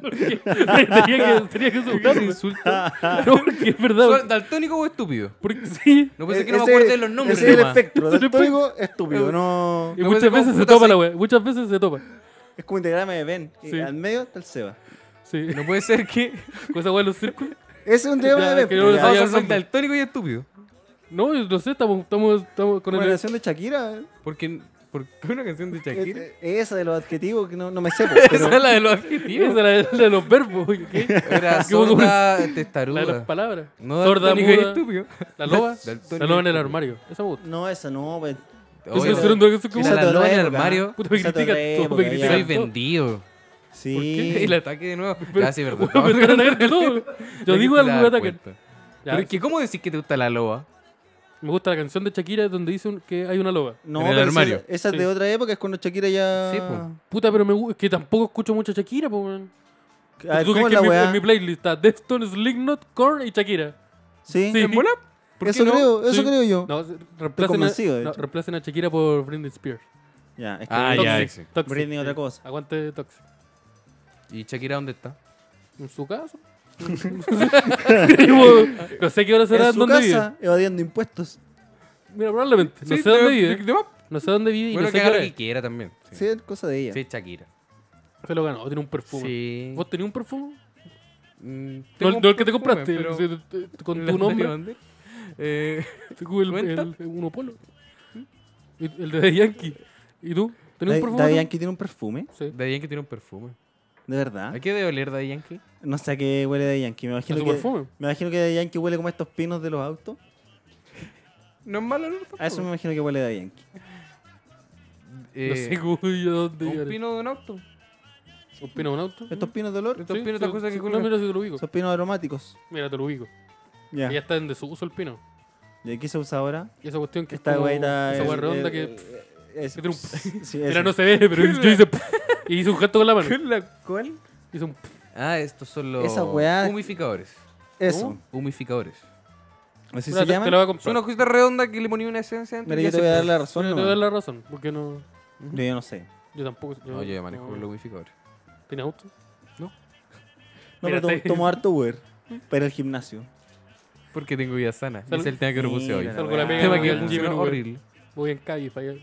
Speaker 2: tenía que, tenía que
Speaker 3: Ese
Speaker 2: soltarme.
Speaker 3: insulto.
Speaker 2: No, porque es verdad.
Speaker 3: ¿Soy ¿Daltónico o estúpido?
Speaker 2: Porque sí.
Speaker 3: No pensé que
Speaker 4: E-
Speaker 3: no
Speaker 4: Ese-
Speaker 3: me acuerdo de los nombres.
Speaker 4: Ese es el
Speaker 3: nomás.
Speaker 4: espectro.
Speaker 2: Ese es el
Speaker 4: Daltónico, estúpido. No,
Speaker 2: Y
Speaker 3: No,
Speaker 2: muchas
Speaker 3: pero
Speaker 2: veces se
Speaker 3: puta,
Speaker 2: topa
Speaker 3: sí.
Speaker 2: la wea. Muchas veces se topa.
Speaker 4: es como integrarme de Ben. y
Speaker 2: Sí.
Speaker 4: Al medio está el Seba.
Speaker 2: Sí.
Speaker 3: No puede ser que.
Speaker 2: Con esa wea de los círculos.
Speaker 4: Ese es un diagrama
Speaker 2: Ya,
Speaker 4: de Ben.
Speaker 2: que yo lo
Speaker 4: pues, ya.
Speaker 2: sabía.
Speaker 3: Vamos a
Speaker 2: el
Speaker 3: soy
Speaker 2: nombre.
Speaker 3: daltónico y estúpido.
Speaker 2: No, yo no sé, estamos, estamos, estamos con
Speaker 4: Como la
Speaker 2: el.
Speaker 4: canción de Shakira.
Speaker 3: Porque
Speaker 2: ¿Por qué una canción de Shakira?
Speaker 4: Es- Esa de los adjetivos que no, no me sé, po, pero
Speaker 2: Esa es la de los adjetivos, esa es la de, la de los verbos. ¿qué?
Speaker 3: Era
Speaker 2: Qué bueno.
Speaker 3: sorda,
Speaker 2: La de las
Speaker 3: testaruda.
Speaker 2: palabras.
Speaker 3: No,
Speaker 2: Sorda,
Speaker 3: daltónica y
Speaker 2: muda.
Speaker 3: estúpido.
Speaker 2: La loba.
Speaker 3: Daltónica
Speaker 2: La loba en el
Speaker 3: y estúpido.
Speaker 2: armario. Esa me gusta.
Speaker 4: no, esa no, pues.
Speaker 2: Eso
Speaker 3: Oye,
Speaker 2: es un que como...
Speaker 3: Era
Speaker 4: Esa
Speaker 3: la
Speaker 4: otra
Speaker 3: loba en el
Speaker 4: época,
Speaker 3: armario.
Speaker 2: Puta, me
Speaker 4: Esa
Speaker 2: critican
Speaker 4: otra
Speaker 2: todo, me
Speaker 4: época, ya.
Speaker 2: critican
Speaker 3: Soy
Speaker 2: todo.
Speaker 3: vendido.
Speaker 4: Sí.
Speaker 3: Y el ataque de nuevo. Ya, sí, perdón.
Speaker 2: Me están atacando todo. Yo digo algo me atacan. Ya,
Speaker 3: Pero es que, ¿cómo decís que te gusta la loba?
Speaker 2: Me gusta la canción de Shakira donde dice un- que hay una loba.
Speaker 4: No,
Speaker 3: En el
Speaker 4: pero esa-
Speaker 3: armario.
Speaker 4: Esa es
Speaker 2: Sí.
Speaker 4: de otra época, es cuando Shakira ya. Ah,
Speaker 3: Sí, po.
Speaker 2: Puta, pero me gu- es que tampoco escucho mucho Shakira, po, weón.
Speaker 4: A ver,
Speaker 2: ¿Tú crees
Speaker 4: ¿cómo es
Speaker 2: que
Speaker 4: la
Speaker 2: en mi,
Speaker 4: weá?
Speaker 2: en mi playlist está Deftones, Slipknot, Korn y Shakira?
Speaker 4: Sí.
Speaker 2: Sí.
Speaker 3: ¿En bola?
Speaker 2: ¿Por qué
Speaker 4: Eso
Speaker 2: no?
Speaker 4: creo, eso
Speaker 2: Sí.
Speaker 4: creo yo.
Speaker 2: No, se- reemplacen
Speaker 4: convencido,
Speaker 2: a,
Speaker 4: de
Speaker 2: no,
Speaker 4: hecho.
Speaker 2: reemplacen a Shakira por Britney Spears.
Speaker 4: Ya, es que
Speaker 3: Ah,
Speaker 4: Toxic.
Speaker 3: ya,
Speaker 2: Toxic,
Speaker 3: ese.
Speaker 2: Toxic,
Speaker 4: Britney
Speaker 2: sí.
Speaker 4: otra cosa.
Speaker 2: Aguante Toxic.
Speaker 3: ¿Y Shakira dónde está?
Speaker 2: ¿En su casa? Como, no sé qué hora será,
Speaker 4: En su
Speaker 2: dónde vive.
Speaker 4: casa, evadiendo impuestos.
Speaker 2: Mira, probablemente. No sé dónde vive. No sé dónde vive y
Speaker 3: Bueno,
Speaker 2: no sé
Speaker 3: que
Speaker 2: qué
Speaker 3: haga lo
Speaker 2: hora
Speaker 3: que
Speaker 2: es.
Speaker 3: quiera también. Sí,
Speaker 4: Sí, es cosa de ella.
Speaker 3: Sí, Shakira.
Speaker 2: Se lo ganó, tiene un perfume.
Speaker 3: Sí.
Speaker 2: ¿Vos tenías un perfume?
Speaker 3: Mm,
Speaker 2: No,
Speaker 3: tengo
Speaker 2: no
Speaker 3: un
Speaker 2: el que te
Speaker 3: perfume,
Speaker 2: compraste,
Speaker 3: pero-
Speaker 2: sí, te- te- con
Speaker 3: ¿El
Speaker 2: tu
Speaker 3: Antonio
Speaker 2: nombre.
Speaker 3: Banderas? Eh,
Speaker 2: Te cubo el,
Speaker 3: ¿Cuenta?
Speaker 2: el, el Uno Polo. Y- El de Daddy Yankee. ¿Y tú? ¿Tenías
Speaker 4: Da-
Speaker 2: un perfume?
Speaker 4: Daddy
Speaker 2: tú?
Speaker 4: Yankee tiene un perfume,
Speaker 2: Sí.
Speaker 3: Daddy Yankee tiene un perfume.
Speaker 4: de verdad.
Speaker 3: ¿A qué debe oler Daddy Yankee?
Speaker 4: No sé a qué huele Daddy Yankee. Me
Speaker 2: ¿A
Speaker 4: imagino
Speaker 2: su
Speaker 4: que,
Speaker 2: perfume?
Speaker 4: me imagino que Daddy Yankee huele como estos pinos de los autos.
Speaker 3: No es malo olor
Speaker 4: A eso me
Speaker 3: tampoco.
Speaker 4: imagino que huele Daddy Yankee.
Speaker 3: Eh,
Speaker 2: no sé cómo yo dónde
Speaker 3: Un
Speaker 2: llegaré.
Speaker 3: pino de un auto.
Speaker 2: ¿Un pino de un auto?
Speaker 4: Estos pinos de olor
Speaker 3: Estos pinos, estas
Speaker 2: sí,
Speaker 3: cosas que
Speaker 2: sí, No,
Speaker 3: cuelgan.
Speaker 2: mira, si te lo ubico.
Speaker 4: son pinos aromáticos.
Speaker 2: Mira, te lo ubico.
Speaker 4: Ya.
Speaker 2: Que Ya está en desuso el pino.
Speaker 4: ¿Y qué se usa ahora?
Speaker 2: Y esa cuestión que
Speaker 4: Esta
Speaker 2: es como,
Speaker 4: weita.
Speaker 2: esa
Speaker 4: es- eh,
Speaker 2: hueá redonda
Speaker 4: es-
Speaker 2: que...
Speaker 4: es-
Speaker 2: que tiene un-
Speaker 4: sí,
Speaker 2: mira,
Speaker 4: eso.
Speaker 2: no se ve, pero yo hice... y hice un gesto con la mano.
Speaker 3: ¿Cuál?
Speaker 2: Hice un...
Speaker 3: Ah, estos son los
Speaker 4: Esa weá-
Speaker 3: humificadores.
Speaker 4: Eso.
Speaker 3: Humificadores.
Speaker 4: Así
Speaker 2: Mira, te,
Speaker 4: se
Speaker 2: te la
Speaker 4: llama.
Speaker 2: voy a comprar.
Speaker 3: Son una cosita redonda que le ponía una esencia dentro
Speaker 4: Mira,
Speaker 3: y
Speaker 4: yo
Speaker 3: ya
Speaker 4: te
Speaker 3: se-
Speaker 4: voy a dar la
Speaker 2: Yo
Speaker 4: razón.
Speaker 2: te
Speaker 4: nomás.
Speaker 2: voy a dar la razón. Porque no...
Speaker 4: Yo ya no sé.
Speaker 2: Yo tampoco...
Speaker 3: No, yo ya manejo los humificadores.
Speaker 2: ¿Tienes auto?
Speaker 4: No,
Speaker 2: Mira,
Speaker 4: pero
Speaker 2: te-
Speaker 4: tomo, tomo harto Uber para el gimnasio.
Speaker 3: Porque tengo vida sana.
Speaker 2: Salud.
Speaker 3: Ese es el tema que propuse hoy.
Speaker 4: Mira,
Speaker 2: Salgo a la
Speaker 4: weá.
Speaker 2: pega,
Speaker 3: tema
Speaker 2: voy
Speaker 3: que
Speaker 2: al gym en
Speaker 3: funciona
Speaker 2: Uber.
Speaker 3: horrible.
Speaker 2: Voy en Cabify. eh.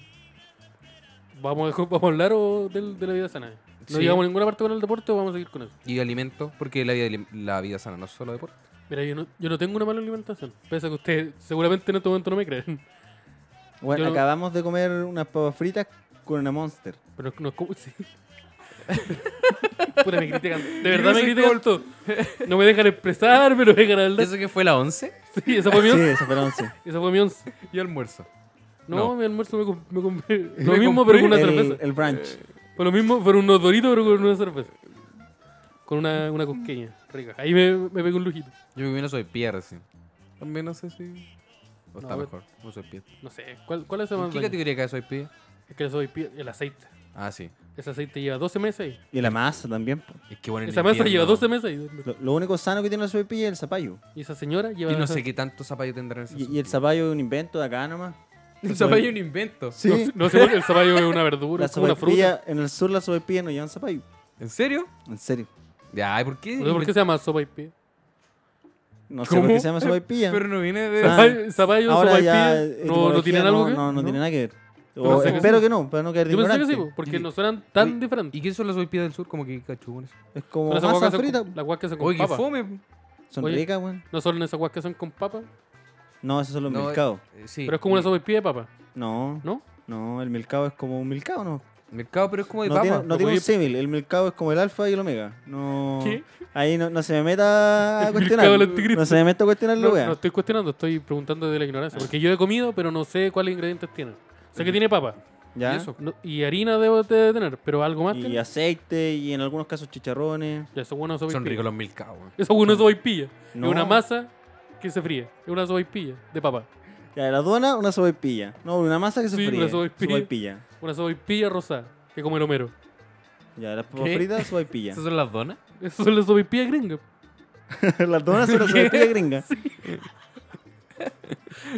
Speaker 2: ¿Vamos a, ¿Vamos a hablar o del- de la vida sana? No
Speaker 3: Sí.
Speaker 2: llegamos a ninguna parte con el deporte o vamos a seguir con eso.
Speaker 3: Y alimento, porque la vida, la vida sana no es solo deporte.
Speaker 2: Mira, yo no, yo no tengo una mala alimentación. Pese a que ustedes seguramente en este momento no me creen.
Speaker 4: Bueno,
Speaker 2: Yo-
Speaker 4: acabamos de comer unas papas fritas con una Monster.
Speaker 2: Pero no es como... Sí. Puta, me critican. De verdad
Speaker 3: no
Speaker 2: me
Speaker 3: soy
Speaker 2: critican todo. No me dejan expresar, me lo dejan hablar.
Speaker 3: ¿Eso que fue la 11?
Speaker 2: Sí, esa fue mi
Speaker 4: Sí,
Speaker 2: once.
Speaker 4: esa fue la once.
Speaker 2: Esa fue mi once.
Speaker 3: Y almuerzo.
Speaker 2: No,
Speaker 3: No.
Speaker 2: mi almuerzo me, com- me compré... Lo
Speaker 3: Me
Speaker 2: mismo,
Speaker 3: compré
Speaker 2: pero con una
Speaker 4: el,
Speaker 2: cerveza.
Speaker 4: el brunch.
Speaker 2: Fue lo mismo, fueron unos doritos, pero con una cerveza. Con una, una cosqueña rica. Ahí me, me pegué un lujito.
Speaker 3: Yo viví una soy recién. También no sé si. O
Speaker 2: No,
Speaker 3: está
Speaker 2: a ver.
Speaker 3: mejor. No soy pie.
Speaker 2: No sé, ¿cuál, cuál es el más
Speaker 3: ¿Qué
Speaker 2: daño?
Speaker 3: categoría cae soy pie?
Speaker 2: Es que soy pie- el aceite.
Speaker 3: Ah, sí.
Speaker 2: Ese aceite lleva 12 meses ahí.
Speaker 4: Y la masa también. po.
Speaker 3: Es que bueno. en
Speaker 2: Esa masa
Speaker 3: invierno-
Speaker 2: lleva 12 meses ahí.
Speaker 4: Lo, lo único sano que tiene la sopaipilla es el zapallo.
Speaker 2: Y esa señora lleva...
Speaker 3: Y no sé qué tanto zapallo tendrán en
Speaker 4: Y, y el zapallo es un invento de acá nomás.
Speaker 3: El zapallo es un invento.
Speaker 2: No, sé- no sé, el zapallo es una verdura,
Speaker 4: La
Speaker 2: es como una fruta.
Speaker 4: sopaipilla, en el sur la sopaipilla no llevan zapallo.
Speaker 3: ¿En serio?
Speaker 4: En serio.
Speaker 3: Ya, ¿y ¿por qué?
Speaker 2: No sé por qué se llama sopa y pie.
Speaker 4: No sé por
Speaker 3: ¿Cómo?
Speaker 4: qué se llama sopaipilla.
Speaker 3: Pero no viene de.
Speaker 4: Ah,
Speaker 2: Zapallo, zapallo, sopa y pie. No,
Speaker 4: etimología,
Speaker 2: no tienen algo que
Speaker 4: No, no, tiene nada que ver. O
Speaker 2: Yo pensé que
Speaker 4: espero
Speaker 2: sí.
Speaker 4: que no, para no quedar de
Speaker 2: Yo pensé que
Speaker 4: ignorante.
Speaker 2: sí, po, porque no suenan tan
Speaker 3: Oye,
Speaker 2: diferentes.
Speaker 3: ¿Y qué son las soy pie del sur? Como que cachubones.
Speaker 4: Es como
Speaker 2: Son esas guas
Speaker 4: masa
Speaker 2: que hacen
Speaker 4: frita.
Speaker 2: con- Las guas que se con
Speaker 3: Oye, qué
Speaker 2: papa.
Speaker 3: fome.
Speaker 4: Son
Speaker 2: Oye.
Speaker 4: ricas, weón.
Speaker 2: No son esas guas que son con papa,
Speaker 4: No, esos son los
Speaker 3: No,
Speaker 4: milcaos.
Speaker 3: eh, Sí.
Speaker 2: pero es como una
Speaker 3: Y-
Speaker 2: sopa y pie de papa,
Speaker 4: No,
Speaker 2: ¿no?
Speaker 4: no, el milcao es como un milcao, ¿no?
Speaker 3: Mercado, pero es como de
Speaker 4: No
Speaker 3: papa.
Speaker 4: tiene, no
Speaker 2: lo
Speaker 4: tiene un
Speaker 2: podí-
Speaker 4: símil. El mercado es como el alfa y el omega. No,
Speaker 2: ¿Qué?
Speaker 4: Ahí no, no se me meta a
Speaker 2: El
Speaker 4: cuestionar.
Speaker 2: mercado del anticristo.
Speaker 4: No se me meta a cuestionar la
Speaker 2: No,
Speaker 4: wea.
Speaker 2: no estoy cuestionando, estoy preguntando de la ignorancia. Porque yo he comido, pero no sé cuáles ingredientes tiene. Sé que tiene papa
Speaker 3: ¿Y
Speaker 4: ¿Ya? Y,
Speaker 3: eso?
Speaker 2: no- y harina debo de tener, pero algo más tiene.
Speaker 4: aceite y en algunos casos chicharrones.
Speaker 2: Ya, eso es bueno sopa y
Speaker 3: Son
Speaker 2: pilla.
Speaker 3: ricos los milcaos. weón.
Speaker 2: Eso es bueno sopa y pilla.
Speaker 4: No.
Speaker 2: Es una masa que se fríe. Es una sopa y pilla de papa.
Speaker 4: Ya, de la aduana, una sopaipilla. No, una masa que se
Speaker 2: Sí,
Speaker 4: fríe.
Speaker 2: una sopaipilla.
Speaker 4: Sopaipilla.
Speaker 2: Una sopa y pilla rosada que come el Homero.
Speaker 4: Ya, las papas
Speaker 3: ¿Qué?
Speaker 4: fritas, sopaipilla.
Speaker 3: ¿Esas son las donas?
Speaker 2: Eso son las sopa y pilla gringas.
Speaker 4: las donas son una sopaipilla gringa.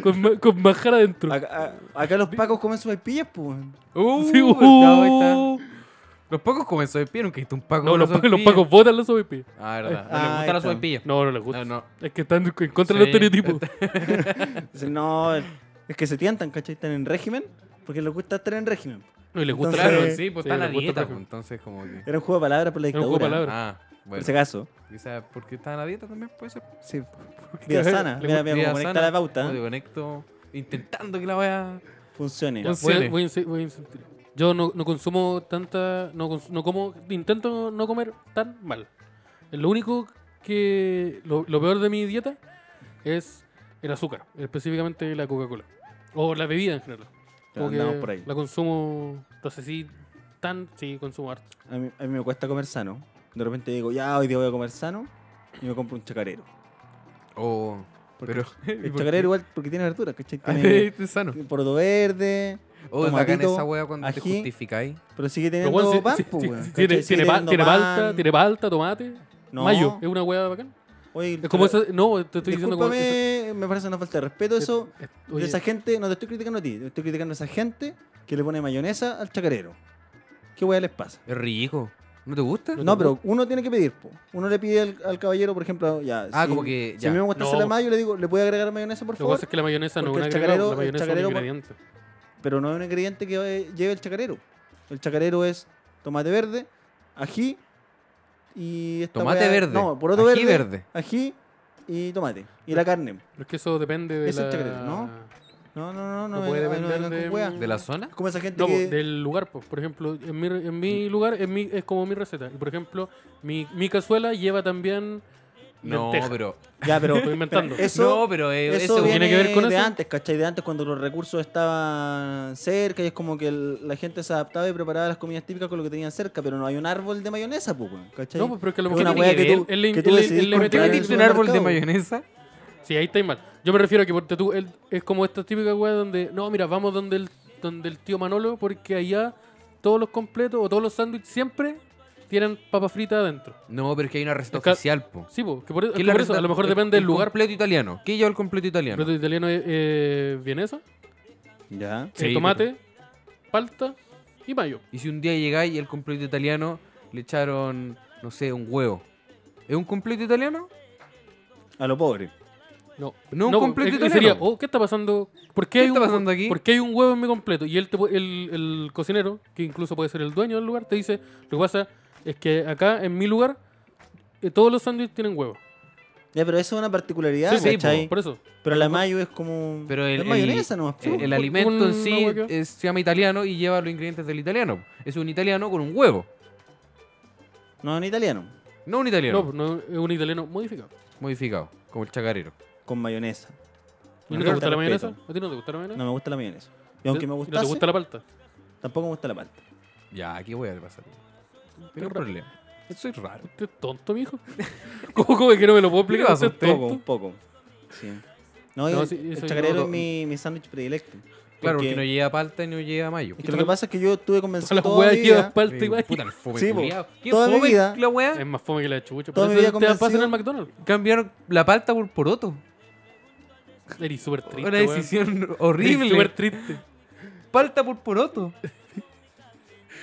Speaker 2: Con, ma- con manjar adentro.
Speaker 4: Acá, a- acá los pacos comen sopaipillas, pues.
Speaker 3: Uh,
Speaker 2: Sí,
Speaker 3: ya, ahí está.
Speaker 2: uh.
Speaker 3: Los pacos comen sopaipilla, nunca he visto un paco
Speaker 2: No,
Speaker 3: con
Speaker 2: los,
Speaker 3: una
Speaker 2: pacos- los
Speaker 3: sopaipilla.
Speaker 2: pacos votan la sopa y pilla.
Speaker 3: Ah, verdad. No
Speaker 4: Ah,
Speaker 3: les
Speaker 4: ahí
Speaker 3: gusta la
Speaker 4: está.
Speaker 3: sopaipilla.
Speaker 2: No, no les gusta.
Speaker 3: No, no.
Speaker 2: Es que están en contra de los
Speaker 3: Sí.
Speaker 2: estereotipos.
Speaker 4: Dicen, no, es que se tientan, ¿cachai? Están en régimen porque les gusta estar en régimen.
Speaker 2: No, y les gusta
Speaker 4: Entonces-
Speaker 2: la-
Speaker 3: Claro, sí, pues está
Speaker 2: les
Speaker 3: la
Speaker 2: gusta
Speaker 3: dieta,
Speaker 2: el
Speaker 3: pues,
Speaker 2: régimen.
Speaker 3: entonces como que...
Speaker 4: Era un juego de palabras por la
Speaker 2: Era un
Speaker 4: dictadura.
Speaker 2: juego de palabras.
Speaker 3: Ah,
Speaker 4: Por
Speaker 3: bueno.
Speaker 4: si acaso.
Speaker 3: Quizás porque está en la dieta también puede ser.
Speaker 4: Sí. Vida sana.
Speaker 2: pues. Le gusta
Speaker 4: Mira, mira,
Speaker 3: Vida
Speaker 4: cómo conecta
Speaker 3: sana,
Speaker 4: la pauta.
Speaker 3: como te conecto intentando que la vaya
Speaker 4: Funcione.
Speaker 2: Voy a-
Speaker 1: funcione.
Speaker 2: voy a insi- voy a insistir. Yo no, no consumo tanta. No, cons- no como. Intento no comer tan mal. Lo único que. Lo, lo peor de mi dieta es el azúcar, específicamente la Coca-Cola. O la bebida en general.
Speaker 4: Ya,
Speaker 2: Como que
Speaker 4: andamos por ahí.
Speaker 2: La consumo. Entonces sí, tan. Sí, consumo harto.
Speaker 4: A mí, a mí me cuesta comer sano. De repente digo, ya, hoy día voy a comer sano. Y me compro un chacarero.
Speaker 3: Oh,
Speaker 4: Porque
Speaker 3: pero.
Speaker 4: El chacarero igual, porque tiene verduras, ¿cachai? Tiene
Speaker 1: Es sano.
Speaker 4: poroto verde.
Speaker 3: Oh, es bacán
Speaker 4: tomatito,
Speaker 3: esa wea cuando te
Speaker 4: ají.
Speaker 3: justificáis.
Speaker 4: Pero sigue
Speaker 2: Pero
Speaker 4: teniendo
Speaker 2: bueno, sí-
Speaker 4: pan,
Speaker 2: sí-
Speaker 4: pues,
Speaker 2: sí-
Speaker 4: weón,
Speaker 2: sí,
Speaker 4: ¿cachai?
Speaker 2: Tiene
Speaker 4: Sigue
Speaker 2: tiene pa-
Speaker 4: teniendo
Speaker 2: tiene
Speaker 4: pan.
Speaker 2: palta, tiene palta, tomate.
Speaker 4: No,
Speaker 2: Mayo, es una hueá bacán.
Speaker 4: oye,
Speaker 2: Es como
Speaker 4: pero-
Speaker 2: esa. No, te estoy diciendo como. esa-
Speaker 4: Discúlpame, me parece una falta de respeto eso.
Speaker 2: es-
Speaker 4: de
Speaker 2: Eh, oye,
Speaker 4: esa gente, no te estoy criticando a ti, te estoy criticando a esa gente que le pone mayonesa al chacarero. ¿Qué hueá les pasa?
Speaker 3: Es rico. ¿No te gusta?
Speaker 4: No, pero uno tiene que pedir, po. Uno le pide al, al caballero, por ejemplo, ya.
Speaker 3: Ah,
Speaker 4: si-
Speaker 3: como que,
Speaker 4: Si
Speaker 3: ya.
Speaker 4: a mí me gusta
Speaker 2: No.
Speaker 4: hacer la mayo, le digo, ¿le puede agregar mayonesa, por
Speaker 2: Lo que
Speaker 4: favor?
Speaker 2: pasa es que la mayonesa no es
Speaker 4: Porque
Speaker 2: un
Speaker 4: el
Speaker 2: agregado, la
Speaker 4: chacarero- el
Speaker 2: mayonesa es un
Speaker 4: chacarero-
Speaker 2: ingrediente.
Speaker 4: Pero no es un ingrediente que eh, lleve el chacarero. El chacarero es tomate verde, ají y. esta
Speaker 3: Tomate
Speaker 4: hueá-
Speaker 3: verde,
Speaker 4: No, poroto
Speaker 3: ají
Speaker 4: verde,
Speaker 3: verde.
Speaker 4: Ají y tomate. Y la carne.
Speaker 2: Pero es que eso depende de
Speaker 4: Es el
Speaker 2: la...
Speaker 4: chacarero, ¿no? No, no, no, no.
Speaker 2: No puede
Speaker 4: venga- no
Speaker 2: depender
Speaker 4: vengan con
Speaker 2: de-
Speaker 4: hueá.
Speaker 3: ¿De la zona?
Speaker 4: Es como esa gente
Speaker 2: No, po,
Speaker 4: que. Mm.
Speaker 2: del lugar, po. por ejemplo, en mi, en mi lugar es, mi- es como mi receta. Y por ejemplo, mi, mi cazuela lleva también
Speaker 3: No,
Speaker 2: lenteja.
Speaker 3: pero.
Speaker 4: Ya, pero.
Speaker 2: Estoy inventando.
Speaker 4: Eso,
Speaker 3: no, pero eh,
Speaker 4: Eso
Speaker 3: ese-
Speaker 2: ¿Tiene
Speaker 4: viene
Speaker 2: que ver con
Speaker 4: de
Speaker 2: eso?
Speaker 4: antes, ¿cachai? De antes cuando los recursos estaban cerca y es como que el- la gente se adaptaba y preparaba las comidas típicas con lo que tenían cerca, pero no hay un árbol de mayonesa, pues, weón, ¿cachai?
Speaker 2: No, pues, pero es que a lo
Speaker 4: Es
Speaker 2: mejor
Speaker 4: una
Speaker 2: tiene
Speaker 4: weá que
Speaker 2: ver.
Speaker 4: tú-
Speaker 2: Él le-
Speaker 4: que tú
Speaker 2: él le-
Speaker 4: decidís
Speaker 2: él le metió-
Speaker 4: comprar
Speaker 3: ¿Tú
Speaker 4: en el
Speaker 3: metiste un árbol de
Speaker 4: supermercado.
Speaker 3: mayonesa?
Speaker 2: Sí, ahí estáis mal. Yo me refiero a que porque tú, él- es como esta típica weá donde, no, mira, vamos donde el, donde el tío Manolo, porque allá todos los completos o todos los sándwiches siempre tienen papa frita adentro.
Speaker 3: No, pero es que hay una receta
Speaker 2: Es que-
Speaker 3: oficial, po.
Speaker 2: Sí, po, que por, es
Speaker 3: ¿Qué es
Speaker 2: que
Speaker 3: la
Speaker 2: por eso,
Speaker 3: receta-
Speaker 2: a lo mejor
Speaker 3: el-
Speaker 2: depende del
Speaker 3: el
Speaker 2: lugar.
Speaker 3: completo italiano. ¿Qué lleva el completo
Speaker 2: El
Speaker 3: italiano?
Speaker 2: plato italiano es eh, vienesa,
Speaker 4: Ya.
Speaker 3: Sí,
Speaker 2: eh, tomate, palta y mayo.
Speaker 3: Y si un día llegáis y el completo italiano le echaron, no sé, un huevo. ¿Es un completo italiano?
Speaker 4: A lo pobre.
Speaker 2: No,
Speaker 3: No, un
Speaker 2: po,
Speaker 3: completo
Speaker 2: es-
Speaker 3: italiano.
Speaker 2: Sería, oh, ¿qué está pasando? ¿Por qué,
Speaker 3: ¿Qué
Speaker 2: hay
Speaker 3: está
Speaker 2: un,
Speaker 3: pasando aquí?
Speaker 2: ¿Por qué hay un huevo en mi completo? Y él te pu- el, el cocinero, que incluso puede ser el dueño del lugar, te dice, lo que pasa es que acá, en mi lugar, eh, todos los sándwiches tienen huevo.
Speaker 4: Ya, pero eso es una particularidad,
Speaker 2: Sí, sí,
Speaker 4: ¿cachai?
Speaker 2: Por eso.
Speaker 4: pero la mayo es como.
Speaker 3: Pero el-
Speaker 4: es mayonesa
Speaker 3: el-
Speaker 4: nomás, po.
Speaker 3: Eh, El, el
Speaker 2: un-
Speaker 3: alimento en sí
Speaker 2: una hueá que-
Speaker 3: es- se llama italiano y lleva los ingredientes del italiano. Es un italiano con un huevo,
Speaker 4: No, en italiano.
Speaker 3: no un italiano
Speaker 2: No, no, es un italiano modificado.
Speaker 3: modificado, como el chacarero.
Speaker 4: Con mayonesa.
Speaker 2: ¿Y
Speaker 4: Una
Speaker 2: no te
Speaker 4: falta
Speaker 2: gusta la
Speaker 4: de respeto.
Speaker 2: mayonesa? ¿A ti no te gusta la mayonesa? ¿Eh?
Speaker 4: No me gusta la mayonesa. Y aunque me
Speaker 2: ¿Y
Speaker 4: gustase,
Speaker 2: ¿No te gusta la palta?
Speaker 4: tampoco me gusta la palta.
Speaker 3: Ya, aquí voy a pasar.
Speaker 2: Pero
Speaker 3: Pero
Speaker 2: raro.
Speaker 3: problema. Soy raro.
Speaker 2: ¿Usted Este es tonto, mijo? ¿Cómo, cómo es que no me lo puedo explicar?
Speaker 3: ¿Qué
Speaker 2: ¿Usted es
Speaker 4: Un poco,
Speaker 2: tonto?
Speaker 4: un poco. Sí. No, y
Speaker 2: No,
Speaker 4: el,
Speaker 2: sí,
Speaker 4: el
Speaker 2: soy
Speaker 4: chacarero
Speaker 2: loco.
Speaker 4: es mi, mi sándwich predilecto.
Speaker 3: Claro, porque no lleva palta y no lleva mayo.
Speaker 4: Es que lo que pasa es que yo estuve
Speaker 2: Todas
Speaker 4: convencido
Speaker 2: las
Speaker 4: toda
Speaker 2: hueás
Speaker 4: mi
Speaker 2: llevan
Speaker 4: vida,
Speaker 2: palta y
Speaker 3: Eh,
Speaker 2: mayo.
Speaker 3: Puta, el fome
Speaker 4: Sí, po.
Speaker 3: culiado. ¿Qué
Speaker 4: Toda mi
Speaker 3: fome
Speaker 4: vida-
Speaker 3: la weá?
Speaker 2: Es más fome que la chucha.
Speaker 4: Toda
Speaker 2: Por eso
Speaker 4: mi vida
Speaker 2: te pasan en
Speaker 4: convencido-
Speaker 2: el McDonald's.
Speaker 3: Cambiaron la palta por poroto.
Speaker 2: Eres súper triste.
Speaker 3: Una
Speaker 2: weón.
Speaker 3: decisión
Speaker 2: Eres
Speaker 3: horrible.
Speaker 2: Súper triste.
Speaker 3: Palta por poroto.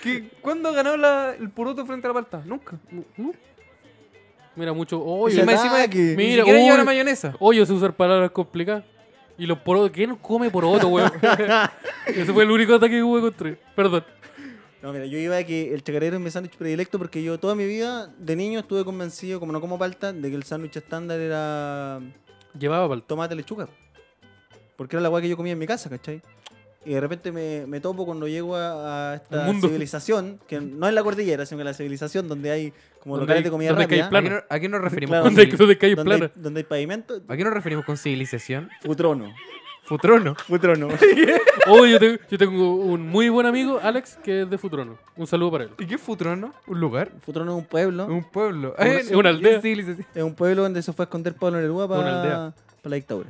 Speaker 3: ¿Qué- ¿Cuándo ha ganado la- el poroto frente a la palta? Nunca.
Speaker 2: ¿Mm? Mira, mucho.
Speaker 4: Se
Speaker 2: Oye,
Speaker 3: Encima-
Speaker 4: ataque.
Speaker 3: encima-
Speaker 4: Ni
Speaker 3: Ni
Speaker 2: mira,
Speaker 3: siquiera lleva la
Speaker 2: uy,
Speaker 3: mayonesa.
Speaker 2: oye, se usar palabras complicadas. Y los porotos. ¿Quién come poroto, weón? Ese fue el único ataque que hubo contra él. Perdón.
Speaker 4: No, mira, yo iba a que el chacarero es mi sándwich predilecto porque yo toda mi vida, de niño, estuve convencido, como no como palta, de que el sándwich estándar era
Speaker 2: Llevaba palta.
Speaker 4: tomate lechuga. Porque era la guay que yo comía en mi casa, ¿cachai? Y de repente me, me topo cuando llego a, a esta
Speaker 2: Al mundo.
Speaker 4: civilización, que no es la cordillera, sino que la civilización donde hay como
Speaker 2: Donde
Speaker 4: locales
Speaker 2: hay-
Speaker 4: de comida
Speaker 2: donde hay
Speaker 4: rápida,
Speaker 2: plan-
Speaker 3: ¿A
Speaker 2: Plano.
Speaker 3: qué, no- a qué nos referimos con
Speaker 4: Claro.
Speaker 2: Donde hay
Speaker 3: civili-
Speaker 2: cruz de calle
Speaker 4: donde, hay,
Speaker 2: plana.
Speaker 4: donde hay pavimento,
Speaker 3: ¿A qué nos referimos con civilización?
Speaker 4: futrono.
Speaker 3: Futrono.
Speaker 4: Futrono.
Speaker 2: Oye, yo, tengo- yo tengo un muy buen amigo, Alex, que es de Futrono. Un saludo para él.
Speaker 3: ¿Y qué es Futrono? ¿Un lugar?
Speaker 4: futrono es un pueblo.
Speaker 3: ¿Un pueblo? Eh,
Speaker 2: Es una- es una aldea.
Speaker 3: Civilización.
Speaker 4: Es un pueblo donde se fue a esconder Pablo Neruda
Speaker 2: Una
Speaker 4: para
Speaker 2: aldea.
Speaker 4: la dictadura.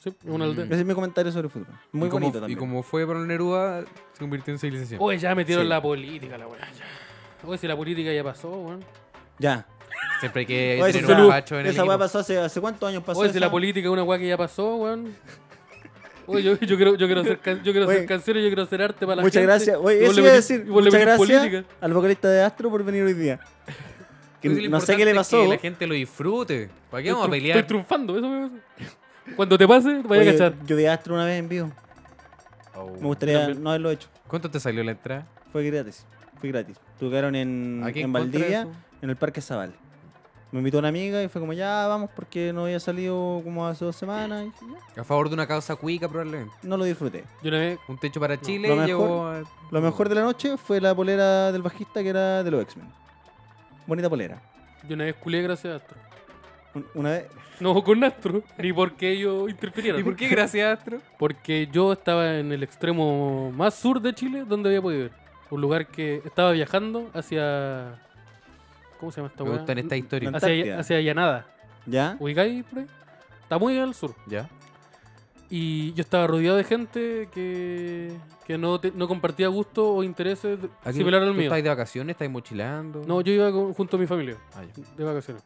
Speaker 2: Sí, es una aldea.
Speaker 4: Ese es mi comentario sobre el fútbol. Muy
Speaker 3: Y como-
Speaker 4: bonito
Speaker 3: Y
Speaker 4: también.
Speaker 3: como fue para Neruda, se convirtió en civilización.
Speaker 2: Oye, ya metieron
Speaker 4: Sí.
Speaker 2: la política, la weá. ya. Oye, si la política ya pasó, weón.
Speaker 4: Ya.
Speaker 3: Siempre hay que
Speaker 4: Oye,
Speaker 3: tener
Speaker 4: esa-
Speaker 3: un facho en el
Speaker 4: Esa
Speaker 3: equipo.
Speaker 4: weá pasó hace, hace cuántos años pasó.
Speaker 2: Oye, si
Speaker 4: esa?
Speaker 2: la política es una weá que ya pasó, weón. Oye, yo, yo quiero, yo quiero hacer, can- yo quiero hacer
Speaker 4: Oye.
Speaker 2: canciones, yo quiero hacer arte para la
Speaker 4: Muchas
Speaker 2: gente.
Speaker 4: gracias.
Speaker 2: Y
Speaker 4: Oye,
Speaker 2: vos
Speaker 4: eso
Speaker 2: le
Speaker 4: iba
Speaker 2: metís-
Speaker 4: a decir.
Speaker 2: y vos le
Speaker 4: Muchas
Speaker 2: metís
Speaker 4: gracias
Speaker 2: política.
Speaker 4: al vocalista de Astro por venir hoy día. Que
Speaker 3: Entonces, lo
Speaker 4: no sé qué
Speaker 3: importante
Speaker 4: le
Speaker 3: es
Speaker 4: pasó.
Speaker 3: Que la gente lo disfrute. ¿Para qué
Speaker 2: Estoy
Speaker 3: vamos a
Speaker 2: tru-
Speaker 3: pelear?
Speaker 2: Estoy triunfando, eso me pasa. Cuando te pase, te vaya
Speaker 4: Oye,
Speaker 2: a cachar.
Speaker 4: yo vi a Astro una vez en vivo.
Speaker 3: Oh.
Speaker 4: Me gustaría
Speaker 2: También.
Speaker 4: no haberlo hecho.
Speaker 3: ¿Cuánto te salió la entrada?
Speaker 4: Fue gratis. Fue gratis. Tocaron en,
Speaker 3: Aquí
Speaker 4: en
Speaker 3: encontré
Speaker 4: Valdivia,
Speaker 3: eso.
Speaker 4: en el Parque Zaval. Me invitó una amiga y fue como, ya, vamos, porque no había salido como hace dos semanas. Y dije, "Ya".
Speaker 3: A favor de una causa cuica, probablemente.
Speaker 4: no lo disfruté.
Speaker 2: Yo una vez,
Speaker 3: Un techo para Chile
Speaker 4: Lo mejor-
Speaker 3: llevó a-
Speaker 4: Lo mejor de la noche fue la polera del bajista que era de los X-Men. Bonita polera.
Speaker 2: yo una vez culé gracias a Astro.
Speaker 4: Un- Una vez,
Speaker 2: No con Astro, ni porque ellos interfirieron.
Speaker 3: ¿Y por qué gracias, Astro?
Speaker 2: Porque yo estaba en el extremo más sur de Chile donde había podido ir. Un lugar que estaba viajando hacia. ¿Cómo se llama esta
Speaker 3: Me
Speaker 2: weá?
Speaker 3: gustan estas historias.
Speaker 2: Hacia,
Speaker 4: Antártida.
Speaker 2: hacia Llanada.
Speaker 4: ¿ya?
Speaker 2: ¿Ubicáis por ahí? Está muy al sur.
Speaker 3: Ya.
Speaker 2: Y yo estaba rodeado de gente que, que no, te- no compartía gustos o intereses de-
Speaker 3: Aquí
Speaker 2: similar al
Speaker 3: tú
Speaker 2: mío.
Speaker 3: ¿Estáis de vacaciones? ¿Estáis mochilando?
Speaker 2: No, yo iba con- junto a mi familia
Speaker 3: Ah, ya.
Speaker 2: de vacaciones.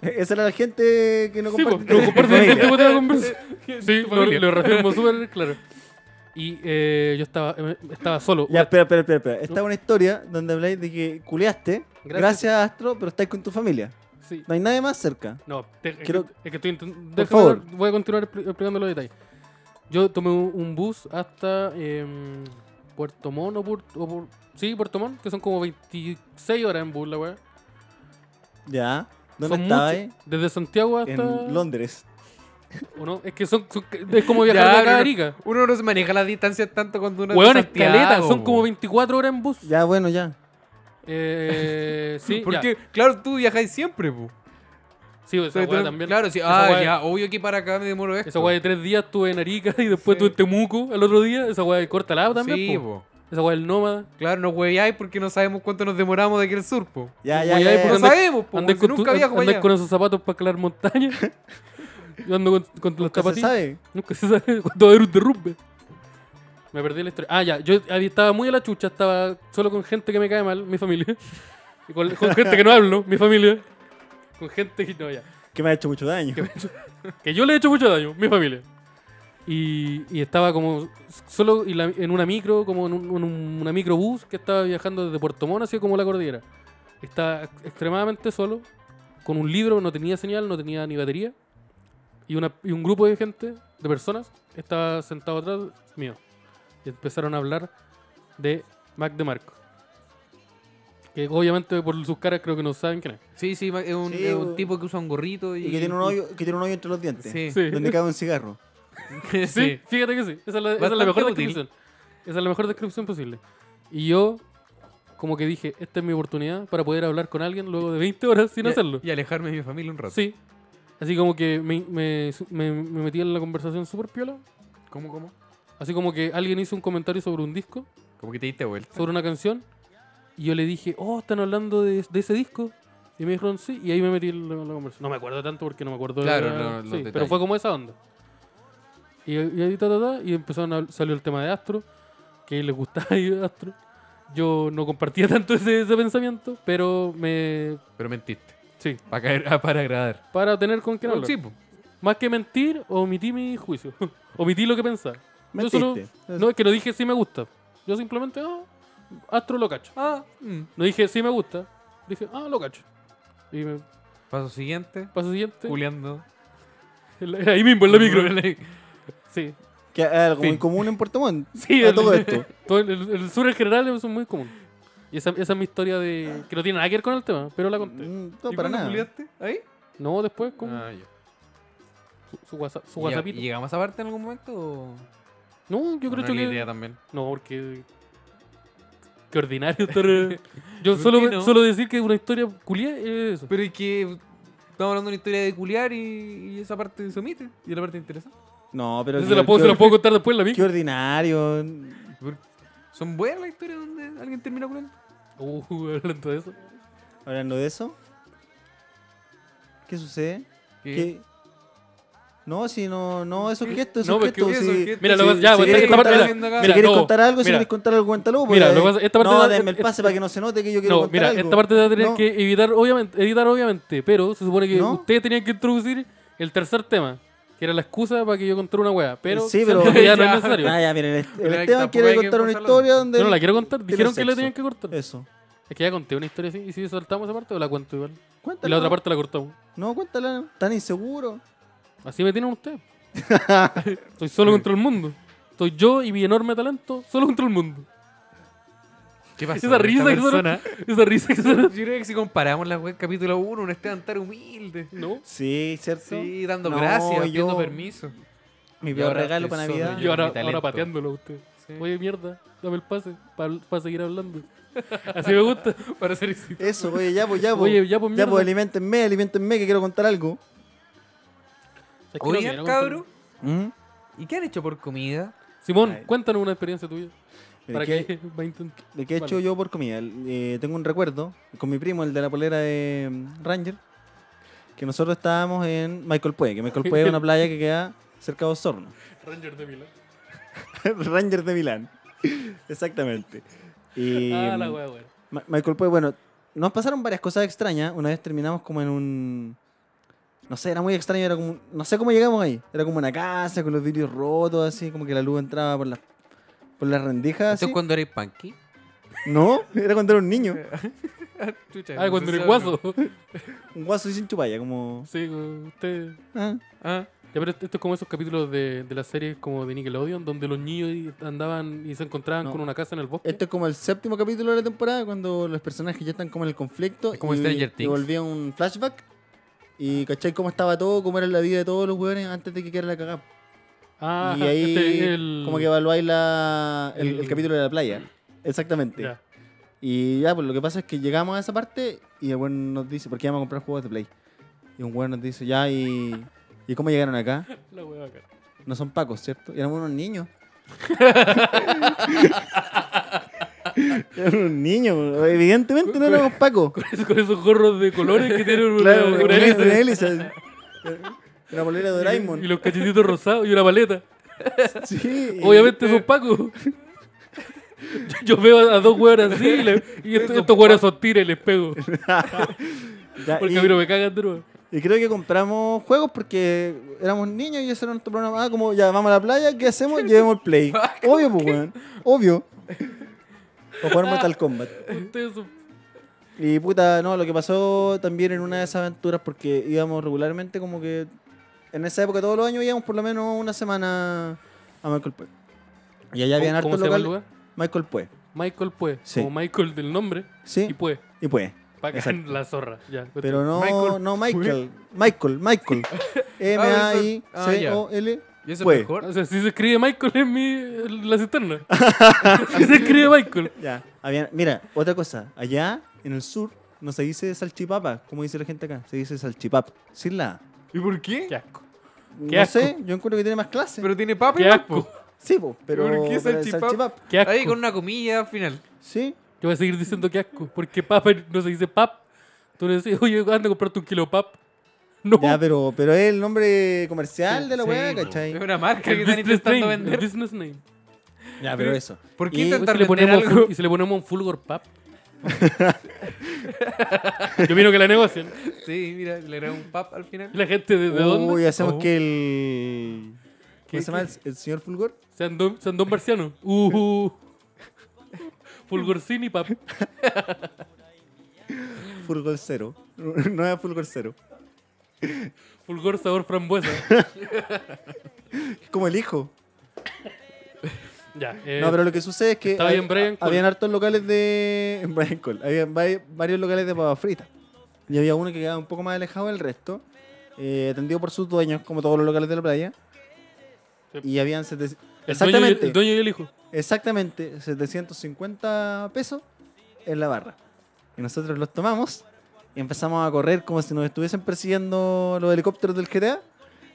Speaker 4: Esa era la gente que no
Speaker 2: sí,
Speaker 4: comparte.
Speaker 2: pues, no comparto
Speaker 4: Familia.
Speaker 2: gente putea conversa. Sí, lo,
Speaker 3: familia.
Speaker 2: lo reafirmo súper claro. Y eh, yo estaba, eh, estaba solo.
Speaker 4: Ya, espera, espera, espera, espera. Está una historia donde habláis de que culeaste,
Speaker 2: Gracias.
Speaker 4: gracias, a Astro, pero estáis con tu familia.
Speaker 2: Sí.
Speaker 4: No hay nadie más cerca.
Speaker 2: No, te-
Speaker 4: Quiero-
Speaker 2: es, que, es que estoy intentando.
Speaker 4: Por favor.
Speaker 2: Voy a continuar expli- explicando los detalles. Yo tomé un, un bus hasta em, Puerto Montt o, Puer- o Puer- sí, Puerto Montt, que son como 26 horas en bus, la weá.
Speaker 4: Ya. ¿Dónde
Speaker 2: Son
Speaker 4: estabais?
Speaker 2: muchas. Desde Santiago hasta.
Speaker 4: En Londres.
Speaker 2: ¿O no? Es que son, son- es como viajar de
Speaker 3: Ya,
Speaker 2: acá a
Speaker 3: pero-
Speaker 2: Arica.
Speaker 3: Uno no se maneja las distancias tanto cuando uno es de
Speaker 2: Weón,
Speaker 3: Santiago,
Speaker 2: escaleta, son
Speaker 3: po.
Speaker 2: como 24 horas en bus.
Speaker 4: Ya, bueno, ya.
Speaker 2: Eh, sí, ya.
Speaker 3: Porque, claro, tú viajáis siempre, po.
Speaker 2: Sí, esa
Speaker 3: Entonces,
Speaker 2: weá
Speaker 3: tú-
Speaker 2: también.
Speaker 3: Claro, sí.
Speaker 2: Esa
Speaker 3: Ah,
Speaker 2: weá-
Speaker 3: ya, obvio que para acá me demoro esto.
Speaker 2: Esa weá de tres días estuve en Arica y después
Speaker 3: Sí.
Speaker 2: estuve en Temuco al otro día. Esa weá de corta lado también.
Speaker 3: Sí,
Speaker 2: po.
Speaker 3: po.
Speaker 2: Esa weá del nómada.
Speaker 3: Claro, no hueveáis porque no sabemos cuánto nos demoramos de aquí al sur, po.
Speaker 4: Ya,
Speaker 2: Voy
Speaker 4: ya,
Speaker 2: ahí
Speaker 4: ya.
Speaker 2: porque
Speaker 4: ya.
Speaker 3: No
Speaker 2: andai-
Speaker 3: sabemos,
Speaker 4: Pues,
Speaker 3: po.
Speaker 2: Andás
Speaker 3: si
Speaker 2: con, tu-
Speaker 3: nunca viajo para
Speaker 2: andás
Speaker 3: allá.
Speaker 2: con esos zapatos para escalar montañas. Yo ando con, con los
Speaker 4: Nunca se
Speaker 2: zapatillos.
Speaker 4: sabe.
Speaker 2: Nunca se sabe cuándo va a haber un derrumbe. Me perdí la historia. Ah, ya. Yo había- estaba muy a la chucha. Estaba solo con gente que me cae mal, mi familia. Y con, con gente que no hablo, mi familia. Con gente que no, ya.
Speaker 4: Que me ha hecho mucho daño.
Speaker 2: Que, me ha hecho- que yo le he hecho mucho daño, mi familia. Y, y estaba como solo y la- en una micro, como en, un, en un- una microbús que estaba viajando desde Puerto Montt hacia como la cordillera. Estaba ex- extremadamente solo, con un libro, no tenía señal, no tenía ni batería. Y, una, y un grupo de gente, de personas, estaba sentado atrás mío. Y empezaron a hablar de Mac de Marco. Que obviamente por sus caras creo que no saben quién es.
Speaker 3: Sí, sí, ma- es un,
Speaker 4: Sí,
Speaker 3: es
Speaker 4: po.
Speaker 3: un tipo que usa un gorrito y.
Speaker 4: Y que tiene un hoyo, que tiene un hoyo entre los dientes.
Speaker 3: Sí.
Speaker 2: Sí.
Speaker 4: Donde cabe un cigarro.
Speaker 3: sí.
Speaker 2: Sí, fíjate que sí. Esa es la, esa es la
Speaker 3: Bastante
Speaker 2: mejor
Speaker 3: útil.
Speaker 2: descripción. Esa es la mejor descripción posible. Y yo, como que dije, esta es mi oportunidad para poder hablar con alguien luego de 20 horas sin
Speaker 3: Y-
Speaker 2: hacerlo.
Speaker 3: Y alejarme de mi familia un rato.
Speaker 2: Sí. Así como que me, me, su- me- me metí en la conversación súper piola.
Speaker 3: ¿Cómo, cómo?
Speaker 2: Así como que alguien hizo un comentario sobre un disco,
Speaker 3: Como que te diste vuelta.
Speaker 2: sobre una canción. Y yo le dije, oh, están hablando de, de ese disco. Y me dijeron sí. Y ahí me metí en la, en la conversación. No me acuerdo tanto porque no me acuerdo. de
Speaker 3: Claro,
Speaker 2: la-
Speaker 3: lo- los
Speaker 2: sí, pero
Speaker 3: detalles.
Speaker 2: fue como esa onda. Y, y ahí ta, ta, ta, y empezaron a, salió el tema de Astro, que les gustaba ir a Astro. Yo no compartía tanto ese, ese pensamiento, pero me...
Speaker 3: Pero mentiste.
Speaker 2: Sí,
Speaker 3: Para, caer, ah, para agradar.
Speaker 2: para tener con qué hablar.
Speaker 3: Sí, po.
Speaker 2: Más que mentir, omití mi juicio. omití lo que pensaba. Yo solo-
Speaker 4: Mentiste.
Speaker 2: No, es que no dije si me gusta. Yo simplemente, ah, Astro lo cacho.
Speaker 3: Ah, mm.
Speaker 2: No dije si me gusta. Dije, ah, lo cacho. Y me
Speaker 3: Paso siguiente.
Speaker 2: paso siguiente.
Speaker 3: Juliando.
Speaker 2: En la- Ahí mismo, en la micro. Sí.
Speaker 4: Que es algo muy
Speaker 3: Fin.
Speaker 4: común en Puerto Montt.
Speaker 2: Sí,
Speaker 4: A
Speaker 2: el-
Speaker 4: Ah, todo esto.
Speaker 2: Todo el, el- el sur en general es muy común. Y esa, esa es mi historia de. que no tiene nada que ver con el tema, pero la conté.
Speaker 4: Mm, No, para nada.
Speaker 3: ¿Juliaste? ¿Ahí?
Speaker 2: No, después con
Speaker 3: Ah, ya.
Speaker 2: su, su WhatsApp. Su
Speaker 3: ¿Y lleg-
Speaker 2: WhatsAppito.
Speaker 3: y ¿Llegamos a parte en algún momento? o-
Speaker 2: No, yo creo
Speaker 3: o no era la
Speaker 2: que.
Speaker 3: idea también.
Speaker 2: No, porque. Qué ordinario estar. yo solo,
Speaker 3: ¿Por qué no?
Speaker 2: solo decir que una historia culia es eso.
Speaker 3: Pero es que estamos hablando de una historia de culiar y, y esa parte se omite. Y es la parte interesante.
Speaker 4: No, pero.
Speaker 2: Entonces
Speaker 4: qué-
Speaker 2: la puedo,
Speaker 4: qué-
Speaker 2: se la puedo contar después la
Speaker 4: Qué
Speaker 2: micro.
Speaker 4: ordinario.
Speaker 3: Pero Son buenas las historias donde alguien termina culiando.
Speaker 2: Uh, hablando de eso.
Speaker 4: Hablando de eso. ¿Qué sucede?
Speaker 3: ¿Qué?
Speaker 4: ¿Qué? No, si no, no, es objeto, es
Speaker 2: No, porque
Speaker 4: objeto.
Speaker 3: eso,
Speaker 4: Si,
Speaker 3: que-
Speaker 2: Mira,
Speaker 4: Sí,
Speaker 2: lo, ya,
Speaker 4: sí,
Speaker 2: bueno,
Speaker 4: queréis
Speaker 2: esta parte.
Speaker 4: contar-
Speaker 2: mira,
Speaker 3: si
Speaker 4: si
Speaker 2: mira,
Speaker 4: queréis
Speaker 2: no,
Speaker 4: contar algo, si
Speaker 2: mira.
Speaker 4: queréis contar algo, cuéntalo.
Speaker 2: Mira,
Speaker 4: porque-
Speaker 2: lo que pasa- esta parte
Speaker 4: no,
Speaker 2: da-
Speaker 4: denme el
Speaker 2: es-
Speaker 4: pase para que no se note que yo quiero
Speaker 2: No,
Speaker 4: contar
Speaker 2: mira,
Speaker 4: algo.
Speaker 2: esta parte te va a tener
Speaker 4: No.
Speaker 2: que evitar, obviamente, editar obviamente, pero se supone que
Speaker 4: ¿No?
Speaker 2: ustedes tenían que introducir el tercer tema, que era la excusa para que yo contara una wea, pero
Speaker 4: Sí,
Speaker 2: se-
Speaker 4: pero-
Speaker 2: ya no es
Speaker 3: Ya.
Speaker 2: necesario.
Speaker 4: Ah, ya, miren, el, el
Speaker 3: Mira,
Speaker 4: Esteban
Speaker 3: tampoco
Speaker 2: pues,
Speaker 3: hay
Speaker 4: quiere
Speaker 3: que
Speaker 4: contar una
Speaker 3: forzarla.
Speaker 4: historia donde.
Speaker 2: Yo no la quiero contar, dijeron que la
Speaker 4: sexo.
Speaker 2: tenían que cortar.
Speaker 4: Eso.
Speaker 2: Es que ya conté una historia así, y si saltamos esa parte o la cuento igual. Y
Speaker 4: Cuéntala.
Speaker 2: la otra parte la cortamos.
Speaker 4: No, cuéntala. Tan inseguro.
Speaker 2: Así me tienen ustedes. Estoy solo contra el mundo. Estoy yo y mi enorme talento solo contra el mundo.
Speaker 3: ¿Qué pasó?
Speaker 2: Esa
Speaker 3: con
Speaker 2: risa
Speaker 3: esta
Speaker 2: que suena. Esa risa que suena.
Speaker 3: persona? Yo creo que si comparamos la web capítulo 1, un Esteban tan humilde.
Speaker 2: No.
Speaker 4: Sí, ¿cierto?
Speaker 3: Sí, dando
Speaker 4: No,
Speaker 3: gracias,
Speaker 4: yo-
Speaker 3: pidiendo permiso.
Speaker 4: Mi
Speaker 3: Y
Speaker 4: peor
Speaker 3: ahora
Speaker 4: regalo
Speaker 3: estoy
Speaker 4: para
Speaker 3: solo,
Speaker 4: Navidad.
Speaker 2: Y
Speaker 3: Yo-
Speaker 2: ahora,
Speaker 3: mi talento.
Speaker 2: ahora pateándolo a usted.
Speaker 3: Sí.
Speaker 2: Oye, mierda, dame el pase para seguir hablando. Así me gusta.
Speaker 3: Para ser exitoso.
Speaker 4: Eso, oye, ya, pues, ya, pues.
Speaker 2: Oye, ya pues
Speaker 4: ya,
Speaker 2: mierda.
Speaker 4: pues, alimentenme, alimentenme, que quiero contar algo.
Speaker 2: Es que no
Speaker 3: Oigan,
Speaker 2: quiero contar-
Speaker 3: cabro,
Speaker 4: ¿Mm?
Speaker 3: ¿y qué han hecho por comida?
Speaker 4: Ah,
Speaker 2: Simón,
Speaker 4: Ay.
Speaker 2: cuéntanos una experiencia tuya.
Speaker 4: ¿De
Speaker 2: Para
Speaker 4: qué-
Speaker 2: que va a intentar.
Speaker 4: de qué he
Speaker 2: vale.
Speaker 4: hecho yo por comida? Eh, tengo un recuerdo con mi primo, el de la polera de mm, Ranger, que nosotros estábamos en Michael Pue, que Michael Pue es una playa que queda cerca de Osorno.
Speaker 2: Ranger de Milán.
Speaker 4: Ranger de Milán. Exactamente. Y,
Speaker 2: Ah, la
Speaker 4: mm,
Speaker 2: wea, wea.
Speaker 4: Ma- Michael Pue, bueno, nos pasaron varias cosas extrañas. Una vez terminamos como en un. No sé, era muy extraño, era como. No sé cómo llegamos ahí. Era como una casa con los vidrios rotos, así, como que la luz entraba por las. Por las rendijas.
Speaker 3: ¿Esto es
Speaker 4: así.
Speaker 3: cuando eres punky?
Speaker 4: No, era cuando era un niño.
Speaker 3: Chucha,
Speaker 2: Ah,
Speaker 3: no
Speaker 2: cuando
Speaker 3: se
Speaker 2: eres
Speaker 3: sabe,
Speaker 2: guaso.
Speaker 4: Un guaso y sin chupalla, como.
Speaker 2: Sí, con usted.
Speaker 4: ah,
Speaker 3: Ah,
Speaker 2: Ya, pero esto es como esos capítulos de, de las series como de Nickelodeon, donde los niños y- andaban y se encontraban
Speaker 4: No.
Speaker 2: con una casa en el bosque.
Speaker 4: Este es como el séptimo capítulo de la temporada, cuando los personajes ya están como en el conflicto.
Speaker 3: Es como
Speaker 4: y,
Speaker 3: Stranger
Speaker 4: y
Speaker 3: Things.
Speaker 4: volvía un flashback. Y cachai cómo estaba todo, cómo era la vida de todos los hueones antes de que quedara la cagada.
Speaker 2: Ah,
Speaker 4: y ahí
Speaker 2: este, el...
Speaker 4: como que evaluáis la, el, el
Speaker 2: el-
Speaker 4: capítulo de la playa. Exactamente.
Speaker 2: Ya.
Speaker 4: Y ya, pues lo que pasa es que llegamos a esa parte y el weón nos dice, porque íbamos a comprar juegos de Play. Y un weón nos dice, ya, y, ¿y cómo llegaron acá?
Speaker 2: La wea acá.
Speaker 4: No son pacos, ¿cierto? Y éramos unos niños. éramos unos niños, pues, evidentemente no éramos pacos.
Speaker 2: con esos gorros de colores que tienen una,
Speaker 4: Claro,
Speaker 2: una
Speaker 4: una
Speaker 2: hélice.
Speaker 4: hélice. Una bolera de
Speaker 2: Y
Speaker 4: Doraemon.
Speaker 2: los cachetitos rosados y una paleta.
Speaker 4: Sí.
Speaker 2: Obviamente son pacos. Yo- Yo veo a dos huevas así y, le- y est- estos huevas son tiras y les pego.
Speaker 4: Ya,
Speaker 2: Porque
Speaker 4: y-
Speaker 2: a mí no me cagan de nuevo.
Speaker 4: Y creo que compramos juegos porque éramos niños y ese era nuestro programa. Ah, como ya vamos a la playa, ¿qué hacemos? Llevemos el play.
Speaker 2: Ah,
Speaker 4: Obvio, pues, weón. Obvio. O
Speaker 2: Ah.
Speaker 4: jugar Mortal Kombat.
Speaker 2: Ustedes son-
Speaker 4: Y puta, no, lo que pasó también en una de esas aventuras porque íbamos regularmente como que... En esa época todos los años íbamos por lo menos una semana a Michael Pue. Y allá habían
Speaker 2: ¿Cómo- cómo
Speaker 4: hartos
Speaker 2: se llama el
Speaker 4: locales. Michael Pue.
Speaker 2: Michael Pue.
Speaker 4: Sí.
Speaker 2: Como Michael del nombre y
Speaker 4: Sí,
Speaker 2: Pue.
Speaker 4: y Pue.
Speaker 2: Pagan la zorra. Ya,
Speaker 4: Pero no
Speaker 3: Michael
Speaker 4: Michael, no Michael. Michael, Michael.
Speaker 3: Ah, ya.
Speaker 4: M-A-I-C-O-L.
Speaker 3: ¿y eso
Speaker 4: Pues.
Speaker 3: es mejor?
Speaker 2: O sea, si se escribe Michael en mi en la cisterna. si se escribe Michael.
Speaker 4: Ya. habían- mira, otra cosa. Allá, en el sur, no se dice salchipapa, como dice la gente acá. Se dice salchipap. Sin la A.
Speaker 3: ¿Y por qué?
Speaker 2: Qué asco. Qué
Speaker 4: No
Speaker 2: asco.
Speaker 4: sé, yo encuentro que tiene más clase.
Speaker 3: Pero tiene papa y
Speaker 2: Qué
Speaker 3: más, po.
Speaker 2: asco.
Speaker 4: sí, po, pero,
Speaker 3: ¿Pero por qué
Speaker 4: pero el
Speaker 3: salchipap?
Speaker 4: salchipap.
Speaker 2: Qué asco.
Speaker 3: Ahí con una comilla al final.
Speaker 4: Sí.
Speaker 2: Yo voy a seguir diciendo que asco. Porque pap no se dice pap. Tú le decís, oye, anda a comprarte un kilo de pap. No.
Speaker 4: Ya, pero, pero es el nombre comercial de la
Speaker 3: Sí,
Speaker 4: weá,
Speaker 3: po.
Speaker 4: ¿cachai?
Speaker 3: Es una marca que
Speaker 2: El
Speaker 3: están
Speaker 2: business
Speaker 3: intentando
Speaker 2: name, el
Speaker 3: vender.
Speaker 2: business name.
Speaker 4: Ya,
Speaker 3: pero
Speaker 4: eso.
Speaker 3: ¿Por qué
Speaker 4: Y-
Speaker 2: ¿Y
Speaker 3: intentar
Speaker 2: si, le
Speaker 3: vender
Speaker 2: ponemos
Speaker 3: algo?
Speaker 2: ful- y si le ponemos un Fulgor Pap. Yo miro que la negocian.
Speaker 3: Sí, mira, le era un pap al final.
Speaker 2: ¿Y la gente de, de dónde?
Speaker 4: Uy, hacemos
Speaker 3: Oh.
Speaker 4: que el...
Speaker 2: ¿Qué-
Speaker 4: ¿Cómo se llama? El, el señor Fulgor.
Speaker 2: Sandón, Sandón Marciano. Uh, Fulgorcini Pap.
Speaker 4: Fulgor cero. no era Fulgor cero.
Speaker 2: Fulgor sabor frambuesa.
Speaker 4: Es como el hijo.
Speaker 2: Ya. eh,
Speaker 4: no, pero lo que sucede es que
Speaker 2: estaba ahí en Brian Cole.
Speaker 4: habían hartos locales de... En Brian Cole. Habían vari- varios locales de papas fritas. Y había uno que quedaba un poco más alejado del resto, eh, atendido por sus dueños, como todos los locales de la playa.
Speaker 2: Sí.
Speaker 4: Y habían... sete-
Speaker 2: el dueño y-
Speaker 4: Exactamente.
Speaker 2: el dueño y el hijo.
Speaker 4: Exactamente, 750 pesos en la barra. Y nosotros los tomamos y empezamos a correr como si nos estuviesen persiguiendo los helicópteros del GTA.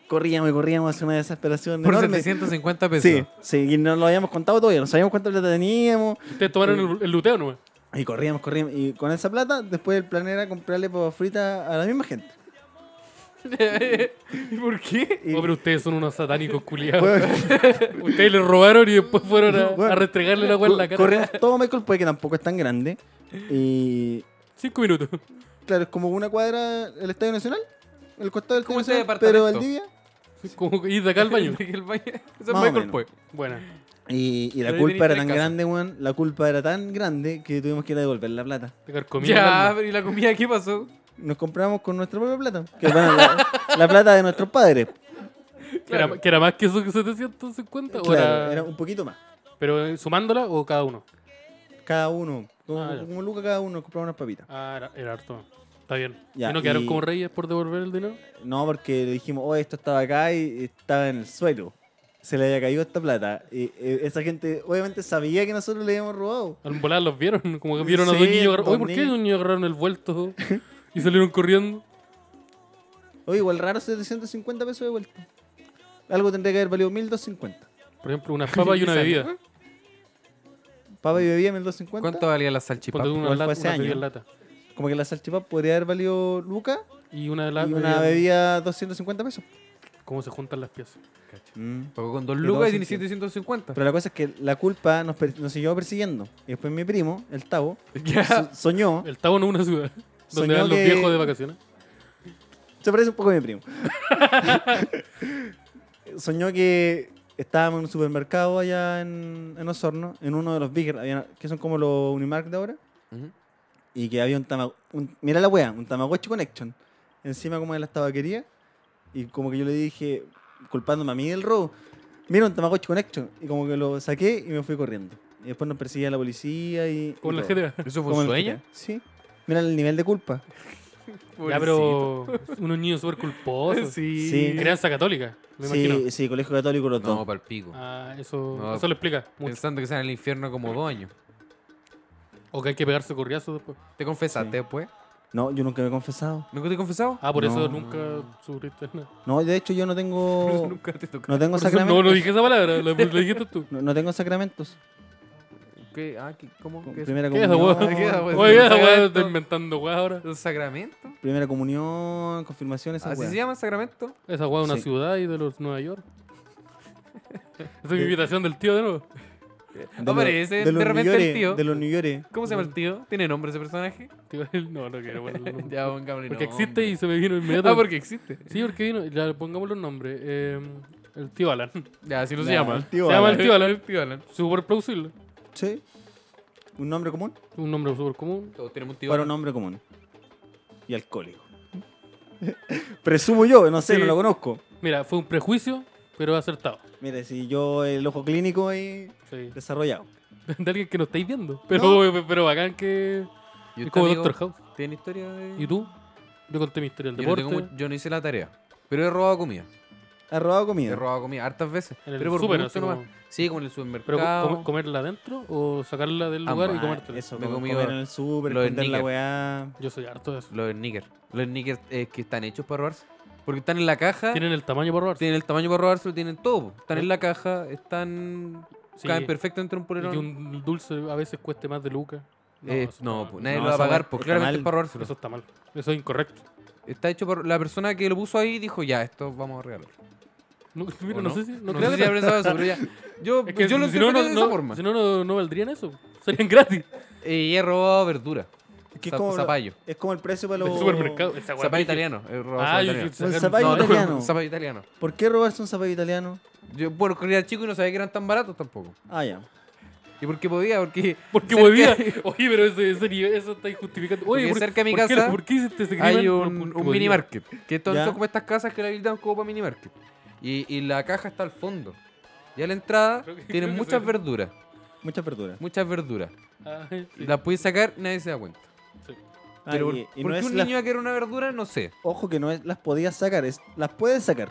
Speaker 4: Corríamos y corríamos hacia una desesperación
Speaker 3: Por
Speaker 4: enorme.
Speaker 3: 750 pesos.
Speaker 4: Sí, sí, y no lo habíamos contado todavía, no sabíamos cuánta plata teníamos.
Speaker 2: Ustedes tomaron el, el luteo nomás.
Speaker 4: Y corríamos, corríamos. Y con esa plata, después el plan era comprarle papas fritas a la misma gente.
Speaker 3: ¿Y por qué?
Speaker 4: Y-
Speaker 2: Oh, pero ustedes son unos satánicos culiados. ustedes le robaron y después fueron a,
Speaker 4: Bueno.
Speaker 2: a restregarle la agua en la cara.
Speaker 4: corrimos todo Michael Puede, que tampoco es tan grande. Y
Speaker 2: Cinco minutos.
Speaker 4: claro, es como una cuadra el Estadio Nacional, el costado del
Speaker 3: Como
Speaker 4: Estadio
Speaker 3: este
Speaker 4: Nacional, pero
Speaker 3: departamento.
Speaker 4: Valdivia.
Speaker 2: Como ir de acá al baño.
Speaker 3: El baño- Eso
Speaker 4: Más o
Speaker 3: es pues. Michael
Speaker 4: menos.
Speaker 3: Pue.
Speaker 2: Buena.
Speaker 4: Y, y la
Speaker 3: Pero ahí
Speaker 4: culpa
Speaker 3: tenéis
Speaker 4: era
Speaker 3: tres
Speaker 4: tan
Speaker 3: casas.
Speaker 4: grande, weón. La culpa era tan grande que tuvimos que ir a devolver la plata.
Speaker 2: Te carcomía el
Speaker 3: Ya,
Speaker 2: alma.
Speaker 3: pero ¿y la comida qué pasó?
Speaker 4: Nos compramos con nuestra propia plata. Que bueno, la, la plata de nuestros padres.
Speaker 2: Que era-
Speaker 3: Claro.
Speaker 2: Que era más que esos 750 o
Speaker 4: Claro,
Speaker 2: era-
Speaker 4: era un poquito más.
Speaker 2: Pero eh, sumándola o cada uno.
Speaker 4: Cada uno, Como,
Speaker 2: Ah, ya.
Speaker 4: como Luca cada uno compraba unas papitas.
Speaker 2: Ah, era, era harto. Está bien.
Speaker 4: Ya,
Speaker 2: ¿Y no quedaron
Speaker 4: y-
Speaker 2: como reyes por devolver el dinero?
Speaker 4: No, porque le dijimos, oh, esto estaba acá y estaba en el suelo. Se le había caído esta plata. Y, eh, esa gente obviamente sabía que nosotros le habíamos robado.
Speaker 2: Al volar los vieron, como que vieron a
Speaker 4: Sí,
Speaker 2: dos niños agarrar-
Speaker 4: dos
Speaker 2: Oye, ¿por qué
Speaker 4: niños.
Speaker 2: dos niños agarraron el vuelto y salieron corriendo?
Speaker 4: Oye, igual raro 750 pesos de vuelta. Algo tendría que haber valido 1250.
Speaker 2: Por ejemplo, una papa y una bebida.
Speaker 4: Papa y bebida 1250.
Speaker 3: ¿Cuánto valía la
Speaker 2: Ponte
Speaker 3: salchipapa?
Speaker 2: una,
Speaker 4: Igual fue
Speaker 2: lata,
Speaker 4: hace
Speaker 2: una bebida
Speaker 4: años.
Speaker 2: en lata.
Speaker 4: Como que la salchipapa podría haber valido Luca
Speaker 2: Y una,
Speaker 4: y
Speaker 2: lata
Speaker 4: una bebida 250 pesos.
Speaker 2: ¿Cómo se juntan las piezas?
Speaker 3: Pagó con dos
Speaker 4: Pero
Speaker 3: lucas y
Speaker 4: todo
Speaker 3: tiene
Speaker 4: sentido.
Speaker 3: 750.
Speaker 4: Pero la cosa es que la culpa nos, per- nos siguió persiguiendo. Y después mi primo, el Tavo, so- soñó.
Speaker 2: El Tabo no es una ciudad donde
Speaker 4: Soñó
Speaker 2: van los
Speaker 4: que-
Speaker 2: viejos de vacaciones.
Speaker 4: Se parece un poco a mi primo. Soñó que estábamos en un supermercado allá en, en Osorno, en uno de los bigger, había- que son como los Unimark de ahora,
Speaker 3: Ujú.
Speaker 4: y que había un, tama, un- mira la wea, un Tamagotchi Connection, encima como de las tabaquerías, y como que yo le dije, culpándome a mí del robo, mira un Tamagotchi Connection, y como que lo saqué y me fui corriendo. Y después nos perseguía la policía y...
Speaker 2: Como
Speaker 4: y
Speaker 2: la
Speaker 4: todo.
Speaker 2: GTA.
Speaker 3: ¿Eso fue
Speaker 4: Como
Speaker 3: un
Speaker 4: el
Speaker 3: sueño?
Speaker 4: GTA. Sí. Mira el nivel de culpa.
Speaker 2: Ya, pero unos niños súper culposos.
Speaker 3: Sí.
Speaker 4: Sí.
Speaker 2: Crianza católica, me imagino.
Speaker 4: Sí, sí, colegio católico los dos.
Speaker 3: No, para el pico.
Speaker 2: Ah, eso,
Speaker 3: No.
Speaker 2: eso lo explica mucho. Ah.
Speaker 3: Pensando que sea en el infierno como dos años.
Speaker 2: O que hay que pegarse pues. corriazos después.
Speaker 3: ¿Te confesaste después?
Speaker 4: No, yo nunca me he confesado.
Speaker 3: ¿Nunca te he confesado?
Speaker 2: Ah, por eso
Speaker 4: No.
Speaker 2: nunca sufriste nada.
Speaker 4: No, de hecho yo no
Speaker 3: Por eso
Speaker 4: tengo
Speaker 3: nunca te tocaste.
Speaker 4: no tengo
Speaker 2: Por eso no,
Speaker 4: sacramentos.
Speaker 2: no dije esa palabra, la, la dijiste tú.
Speaker 4: No, no tengo sacramentos.
Speaker 3: ¿Qué? Ah, ¿qué? ¿Cómo?
Speaker 4: Con-
Speaker 3: ¿Qué es?
Speaker 4: primera
Speaker 2: ¿Qué es esa
Speaker 4: comunión,
Speaker 2: hueá?
Speaker 3: ¿Qué es esa hueá?
Speaker 2: Oye, esa
Speaker 3: Sacramento.
Speaker 2: weá está inventando weá ahora.
Speaker 3: ¿Un ¿Sacramento?
Speaker 4: primera comunión, confirmación esa
Speaker 3: ¿Así
Speaker 4: weá.
Speaker 3: se llama Sacramento?
Speaker 2: Esa weá es una
Speaker 4: Sí.
Speaker 2: ciudad y de los Nueva York. Esa es mi invitación del tío de nuevo.
Speaker 4: De
Speaker 3: Aparece de
Speaker 4: los
Speaker 3: repente el
Speaker 4: New York,
Speaker 3: tío.
Speaker 4: De los New York.
Speaker 3: ¿Cómo se llama el tío? ¿Tiene nombre ese personaje?
Speaker 2: Tío, No, no quiero ponerle nombre.
Speaker 3: ya, pongámosle
Speaker 2: Porque
Speaker 3: nombre.
Speaker 2: existe y se me vino inmediato.
Speaker 3: Ah, porque existe.
Speaker 2: Sí, porque vino. Ya pongamos los nombres. Eh, el tío Alan.
Speaker 3: Ya, así no se
Speaker 4: Ya,
Speaker 3: llama.
Speaker 4: el tío
Speaker 2: Se llama
Speaker 4: Alan.
Speaker 2: el tío Alan.
Speaker 3: El tío Alan.
Speaker 2: Súper plausible.
Speaker 4: Sí. Un nombre común
Speaker 2: Un nombre súper común.
Speaker 3: Todos tenemos un tío
Speaker 4: para un
Speaker 3: Alan.
Speaker 4: nombre común. Y alcohólico. Presumo yo, no sé,
Speaker 2: Sí.
Speaker 4: no lo conozco.
Speaker 2: Mira, fue un prejuicio, pero acertado.
Speaker 4: Mire, si yo el ojo clínico ahí
Speaker 2: Sí.
Speaker 4: desarrollado.
Speaker 2: De alguien que no estáis viendo. Pero, pero bacán que.
Speaker 3: ¿Y
Speaker 2: Es
Speaker 3: usted,
Speaker 2: como
Speaker 3: amigo,
Speaker 2: Doctor House.
Speaker 3: ¿Tiene historia de...?
Speaker 2: ¿Y tú? Yo conté mi historia del
Speaker 3: Yo no,
Speaker 2: deporte.
Speaker 3: tengo mu- yo no hice la tarea. Pero he robado comida.
Speaker 4: ¿Has robado
Speaker 3: He
Speaker 4: comida?
Speaker 3: robado comida hartas veces.
Speaker 2: En el
Speaker 3: pero por
Speaker 2: súper,
Speaker 3: gusto
Speaker 2: así
Speaker 3: nomás.
Speaker 2: como-
Speaker 3: Sí, como en el
Speaker 2: Pero
Speaker 3: supermercado.
Speaker 2: com- comerla adentro o sacarla del lugar
Speaker 3: Ambas.
Speaker 2: y comértela.
Speaker 4: Ah, Eso,
Speaker 3: Me he
Speaker 4: como
Speaker 3: comido
Speaker 4: comer en el súper,
Speaker 3: los
Speaker 4: esconder la
Speaker 3: Snickers.
Speaker 4: weá.
Speaker 2: Yo soy harto de eso.
Speaker 3: Los sneakers. Los sneakers eh, que están hechos para robarse. Porque están en la caja, tienen,
Speaker 2: Tienen el tamaño para robarse.
Speaker 3: el tamaño para robarse, lo tienen todo. Están
Speaker 2: ¿Eh?
Speaker 3: en la caja, están...
Speaker 2: Sí.
Speaker 3: Caben perfecto entre un
Speaker 2: Y
Speaker 3: polerón.
Speaker 2: que un dulce a veces cueste más de lucas.
Speaker 3: Eh,
Speaker 2: eso
Speaker 3: no,
Speaker 2: está
Speaker 3: pues,
Speaker 2: mal.
Speaker 3: nadie
Speaker 4: No,
Speaker 3: lo va a
Speaker 4: esa weá
Speaker 3: pagar, porque
Speaker 4: está
Speaker 3: claramente es
Speaker 4: mal.
Speaker 3: para robárselo.
Speaker 2: Eso está mal. Eso es incorrecto.
Speaker 3: Está hecho por la persona que lo puso ahí dijo, ya, esto vamos a regalar.
Speaker 2: No, mira,
Speaker 3: ¿O
Speaker 2: no,
Speaker 3: no?
Speaker 2: sé si. No,
Speaker 3: No,
Speaker 2: creo
Speaker 3: sé
Speaker 2: que
Speaker 3: si ha pensado eso, pero ya. Yo,
Speaker 2: Es que
Speaker 3: yo lo
Speaker 2: si no,
Speaker 3: interpreté
Speaker 2: no,
Speaker 3: de esa
Speaker 2: no-
Speaker 3: forma.
Speaker 2: si no, no, no valdrían eso. Serían gratis.
Speaker 3: Eh, he robado verdura.
Speaker 2: Ah,
Speaker 4: Es que es
Speaker 3: Zap-
Speaker 4: como,
Speaker 3: zapallo.
Speaker 4: es como el precio para
Speaker 2: Del
Speaker 4: los...
Speaker 2: supermercado. Esa weá
Speaker 3: Zapallo
Speaker 2: es brígida.
Speaker 3: italiano. He robado
Speaker 2: Ah,
Speaker 3: zapallo
Speaker 2: yo
Speaker 3: italiano.
Speaker 4: Un
Speaker 2: sacar-
Speaker 4: zapallo
Speaker 2: no,
Speaker 3: No,
Speaker 4: italiano.
Speaker 3: no, zapallo italiano.
Speaker 4: ¿Por qué robarse un zapallo italiano?
Speaker 3: Yo, bueno, porque era chico y no sabía que eran tan baratos tampoco.
Speaker 4: Ah, ya.
Speaker 3: ¿Y por qué podía? Porque,
Speaker 2: Porque
Speaker 3: cerca-
Speaker 2: volvía. Oye, pero ese, ese nivel, eso está injustificado. Oye,
Speaker 3: Porque
Speaker 2: ¿por,
Speaker 3: cerca de mi
Speaker 2: ¿por qué-
Speaker 3: casa
Speaker 2: ¿por qué hiciste ese crimen?
Speaker 3: hay
Speaker 2: Pero
Speaker 3: un,
Speaker 2: porque
Speaker 3: un
Speaker 2: podía.
Speaker 3: mini market. Que entonces
Speaker 4: Ya.
Speaker 3: son como estas casas que la habilitan como para mini market. Y, y la caja está al fondo. Y a la entrada
Speaker 2: Creo que-
Speaker 3: tienen
Speaker 2: creo que
Speaker 3: muchas
Speaker 2: sí.
Speaker 3: verduras.
Speaker 4: Muchas verduras.
Speaker 3: Muchas verduras.
Speaker 2: Ah, sí.
Speaker 3: Las puedes sacar, nadie se da cuenta.
Speaker 2: Sí.
Speaker 4: Ah,
Speaker 3: Pero
Speaker 4: y- y
Speaker 3: ¿por
Speaker 4: no
Speaker 3: qué
Speaker 4: es
Speaker 3: un
Speaker 4: las-
Speaker 3: niño va a querer una verdura? No sé.
Speaker 4: Ojo que no es las podías sacar, es las puedes sacar.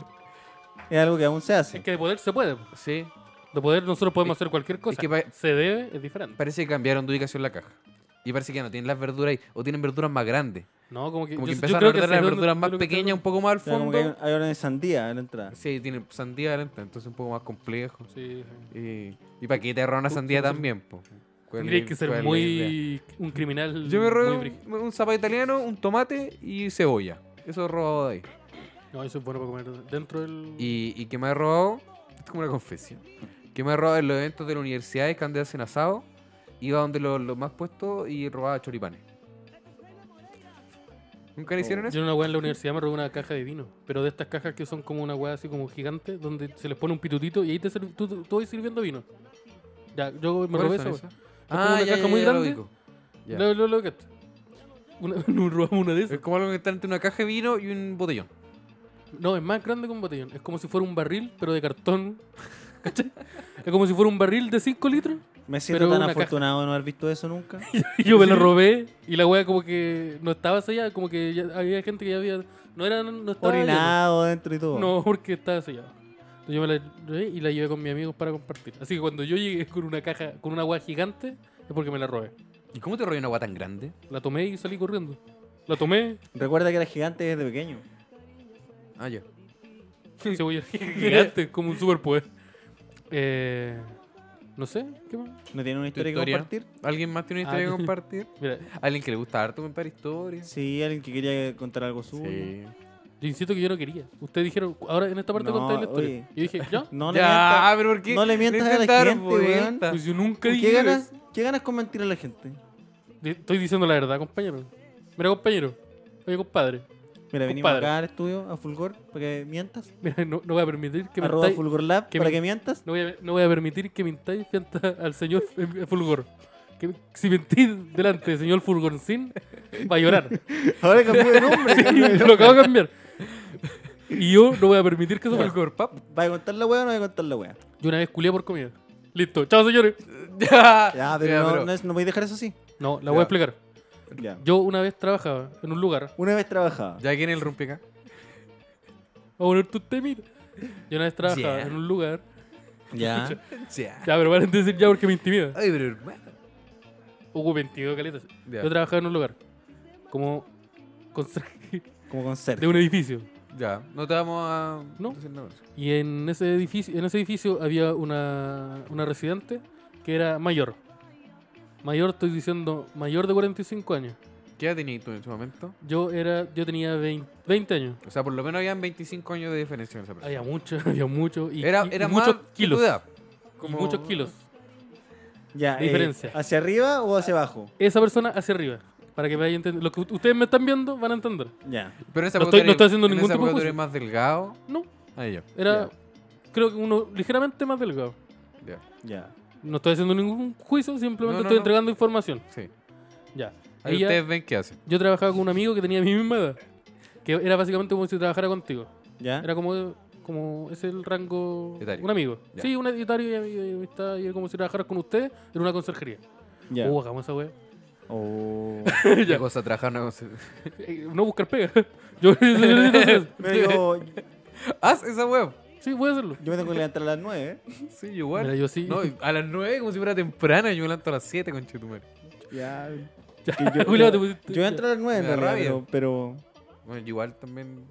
Speaker 4: Es algo que aún se hace.
Speaker 2: Es que de poder se puede.
Speaker 3: Sí.
Speaker 2: De poder nosotros podemos
Speaker 3: Es-
Speaker 2: hacer cualquier cosa.
Speaker 3: que pa-
Speaker 2: se debe, es diferente.
Speaker 3: Parece que cambiaron de ubicación la caja. Y parece que ya no tienen las verduras ahí. O tienen verduras más grandes.
Speaker 2: No, como que,
Speaker 3: Como
Speaker 2: Eh, yo- yo
Speaker 3: que empezaron
Speaker 2: creo
Speaker 3: a
Speaker 2: que
Speaker 3: ordenar
Speaker 2: sé
Speaker 3: las
Speaker 2: dónde-
Speaker 3: verduras
Speaker 2: de
Speaker 3: más
Speaker 2: lo que estoy
Speaker 3: pequeñas, un poco más al
Speaker 4: O sea, como que hay,
Speaker 3: fondo.
Speaker 4: hay una de sandía en la entrada.
Speaker 3: Sí, tienen sandía adelante, entonces un poco más complejo.
Speaker 2: hablando. Sí, sí.
Speaker 3: Y, y para que te roban una
Speaker 2: Tú-
Speaker 3: sandía
Speaker 2: tú-
Speaker 3: también, po. ¿Cuál
Speaker 2: Tendría
Speaker 3: es-
Speaker 2: que ser
Speaker 3: cuál es la idea?
Speaker 2: muy. un criminal.
Speaker 3: Yo me
Speaker 2: Mm, muy
Speaker 3: robé
Speaker 2: brígido.
Speaker 3: un, un zapallo italiano, un tomate y cebolla. Eso he robado de ahí.
Speaker 2: No, eso es bueno para comer dentro del.
Speaker 3: Y, y que me he robado. Esto es como una confesión. Que me he robado en los eventos de la universidad que antes hacen asado. Iba donde los los más puestos y robaba choripanes. ¿Nunca le hicieron eso?
Speaker 2: Yo en una weá en la universidad me robé una caja de vino, pero de estas cajas que son como una weá así como gigante, donde se les pone un pitutito y ahí te sirv- tú, tú, tú vas sirviendo vino. Ya, yo me
Speaker 3: ¿Cuáles
Speaker 2: robé
Speaker 3: son
Speaker 2: esa
Speaker 3: esas?
Speaker 2: weá. como
Speaker 3: Ah,
Speaker 2: una
Speaker 3: ya,
Speaker 2: caja
Speaker 3: ya,
Speaker 2: muy
Speaker 3: ya lo
Speaker 2: grande.
Speaker 3: ubico. Ya. Eh.
Speaker 2: Lo, lo, lo que una, nos robamos una de
Speaker 3: Es
Speaker 2: esas.
Speaker 3: como algo que está entre una caja de vino y un botellón.
Speaker 2: No, es más grande que un botellón. Es como si fuera un barril, pero de cartón. ¿Cachai? Es como si fuera un barril de 5 litros,
Speaker 4: Me siento
Speaker 2: Pero
Speaker 4: tan
Speaker 2: una caja.
Speaker 4: afortunado de no haber visto eso nunca.
Speaker 2: Y yo me lo robé y la wea como que no estaba sellada, como que ya había gente que ya había... No, era, no estaba lleno.
Speaker 4: Orinado dentro y todo.
Speaker 2: No, porque estaba sellada. Entonces yo me la robé y la llevé con mis amigos para compartir. Así que cuando yo llegué con una caja, con una wea gigante, es porque me la robé.
Speaker 3: ¿Y cómo te robé una agua tan grande?
Speaker 2: La tomé y salí corriendo. La tomé,
Speaker 4: Recuerda que era gigante desde pequeño.
Speaker 3: Ah, ya.
Speaker 2: cebolla gigante, como un superpoder. Eh, no sé, ¿qué más?
Speaker 4: ¿No tiene una historia,
Speaker 3: historia?
Speaker 4: que compartir?
Speaker 3: ¿Alguien más tiene una historia
Speaker 2: Ah.
Speaker 3: que compartir?
Speaker 2: Mira,
Speaker 3: ¿Alguien que le gusta harto contar historias?
Speaker 4: Sí, alguien que quería contar algo suyo.
Speaker 2: yo insisto que yo no quería. Ustedes dijeron, ahora en esta parte
Speaker 4: No,
Speaker 2: contáis la historia.
Speaker 4: oye.
Speaker 2: Yo dije, ¿ya?
Speaker 4: No le
Speaker 3: ya,
Speaker 4: mientas.
Speaker 3: pero ¿por qué?
Speaker 4: no le mientas a la
Speaker 3: intentar
Speaker 4: gente,
Speaker 3: vuelta.
Speaker 4: weón.
Speaker 2: Pues yo nunca
Speaker 4: ¿Qué,
Speaker 2: dije
Speaker 4: ganas, ¿Qué ganas con mentir a la gente?
Speaker 2: Di- Estoy diciendo la verdad, compañero. Mira, compañero. Oye, compadre.
Speaker 4: Mira, venimos
Speaker 2: Compadre.
Speaker 4: acá al estudio, a Fulgor, para que mientas.
Speaker 2: Mira, no, no voy a permitir que
Speaker 4: Arroba
Speaker 2: mintáis.
Speaker 4: Fulgor Lab,
Speaker 2: que
Speaker 4: para
Speaker 2: mi-
Speaker 4: que mientas.
Speaker 2: No voy, a, no voy a permitir que mintáis frente a- al señor F- Fulgor. Que si mentís delante del señor Fulgorcín, va a llorar.
Speaker 4: Ahora cambió de nombre.
Speaker 2: Te lo acabo de cambiar. Y yo no voy a permitir que eso
Speaker 3: El
Speaker 2: pase.
Speaker 3: Gorpap.
Speaker 4: ¿Va a contar la wea o no va a contar la wea?
Speaker 2: Yo una vez culié por comida. Listo. Chao, señores.
Speaker 3: Ya,
Speaker 4: Ya, pero, no, no, es- no voy a dejar eso así.
Speaker 2: No, la voy a
Speaker 3: Ya.
Speaker 2: explicar.
Speaker 4: Ya.
Speaker 2: Yo una vez trabajaba en un lugar
Speaker 4: Una vez trabajaba.
Speaker 3: Ya quién es el rompica.
Speaker 2: Voy a poner tu temita. Yo una vez trabajaba
Speaker 3: Yeah.
Speaker 2: en un lugar.
Speaker 4: Ya.
Speaker 3: Ya.
Speaker 2: Ya, pero paren de decir ya porque me intimida.
Speaker 3: Ay, pero hermano.
Speaker 2: Hubo 22 caletas.
Speaker 3: Ya.
Speaker 2: Yo trabajaba en un lugar. Como conserje
Speaker 4: Como concert.
Speaker 2: de un edificio.
Speaker 3: Ya, no te vamos a
Speaker 2: No.
Speaker 3: decir nada más.
Speaker 2: Y en ese edificio, en ese edificio había una, una residente que era mayor. Mayor, estoy diciendo, mayor de 45 años.
Speaker 3: ¿Qué edad tenías tú en ese momento?
Speaker 2: Yo era, yo tenía 20, 20 años.
Speaker 3: O sea, por lo menos habían 25 años de diferencia en esa persona.
Speaker 2: Había mucho, había mucho. Ah, Y,
Speaker 3: Era,
Speaker 2: y- y
Speaker 3: era más
Speaker 2: muchos
Speaker 3: que tu
Speaker 2: kilos.
Speaker 3: edad.
Speaker 2: y
Speaker 3: Como-
Speaker 2: muchos kilos.
Speaker 4: Ya, eh,
Speaker 2: De diferencia.
Speaker 4: ¿Hacia arriba o hacia abajo?
Speaker 2: Esa persona hacia arriba. Para que vayan entendiendo. Lo que ustedes me están viendo van a entender.
Speaker 4: Ya.
Speaker 3: Pero en esa
Speaker 2: No estoy-
Speaker 3: época
Speaker 2: no
Speaker 3: tú
Speaker 2: estoy
Speaker 3: eres-
Speaker 2: haciendo
Speaker 3: en
Speaker 2: ningún
Speaker 3: esa
Speaker 2: tipo
Speaker 3: época
Speaker 2: de
Speaker 3: tú eres más delgado.
Speaker 2: No,
Speaker 3: Ah, ya.
Speaker 2: era, creo que uno ligeramente más delgado.
Speaker 3: Ya.
Speaker 4: Ya.
Speaker 2: No estoy haciendo ningún juicio, simplemente
Speaker 3: No, no,
Speaker 2: estoy
Speaker 3: no.
Speaker 2: entregando información.
Speaker 3: Sí.
Speaker 2: Ya.
Speaker 3: Ahí
Speaker 2: Ella-
Speaker 3: ustedes ven qué hacen.
Speaker 2: Yo trabajaba con un amigo que tenía mi misma edad. Que era básicamente como si trabajara contigo.
Speaker 4: Ya.
Speaker 2: Era como, como es el rango.
Speaker 3: Etario.
Speaker 2: Un amigo.
Speaker 3: Ya.
Speaker 2: Sí, un editario y ami- y amistad. Y era como si trabajaras con usted en una conserjería.
Speaker 4: Ya.
Speaker 2: Uh, hagamos esa wea.
Speaker 4: Oh.
Speaker 3: ¿Qué cosa trabajar? No,
Speaker 2: Eh, no buscar pega. Yo yo necesito hacer eso.
Speaker 4: Mira, yo,
Speaker 3: Haz esa web.
Speaker 2: Sí, voy a hacerlo.
Speaker 4: yo me tengo que levantar a las 9.
Speaker 3: Sí, igual.
Speaker 2: Mira, yo sí.
Speaker 3: No, y a las 9 como si fuera temprana. Yo me levanto a las 7 con Chetumer.
Speaker 4: Ya.
Speaker 2: Ya,
Speaker 4: Yo,
Speaker 2: Julio, te
Speaker 4: yo,
Speaker 2: pusiste-
Speaker 4: yo voy a entrar a las 9 en
Speaker 3: Me da
Speaker 4: realidad,
Speaker 3: rabia.
Speaker 4: pero, pero
Speaker 3: Bueno, yo igual también.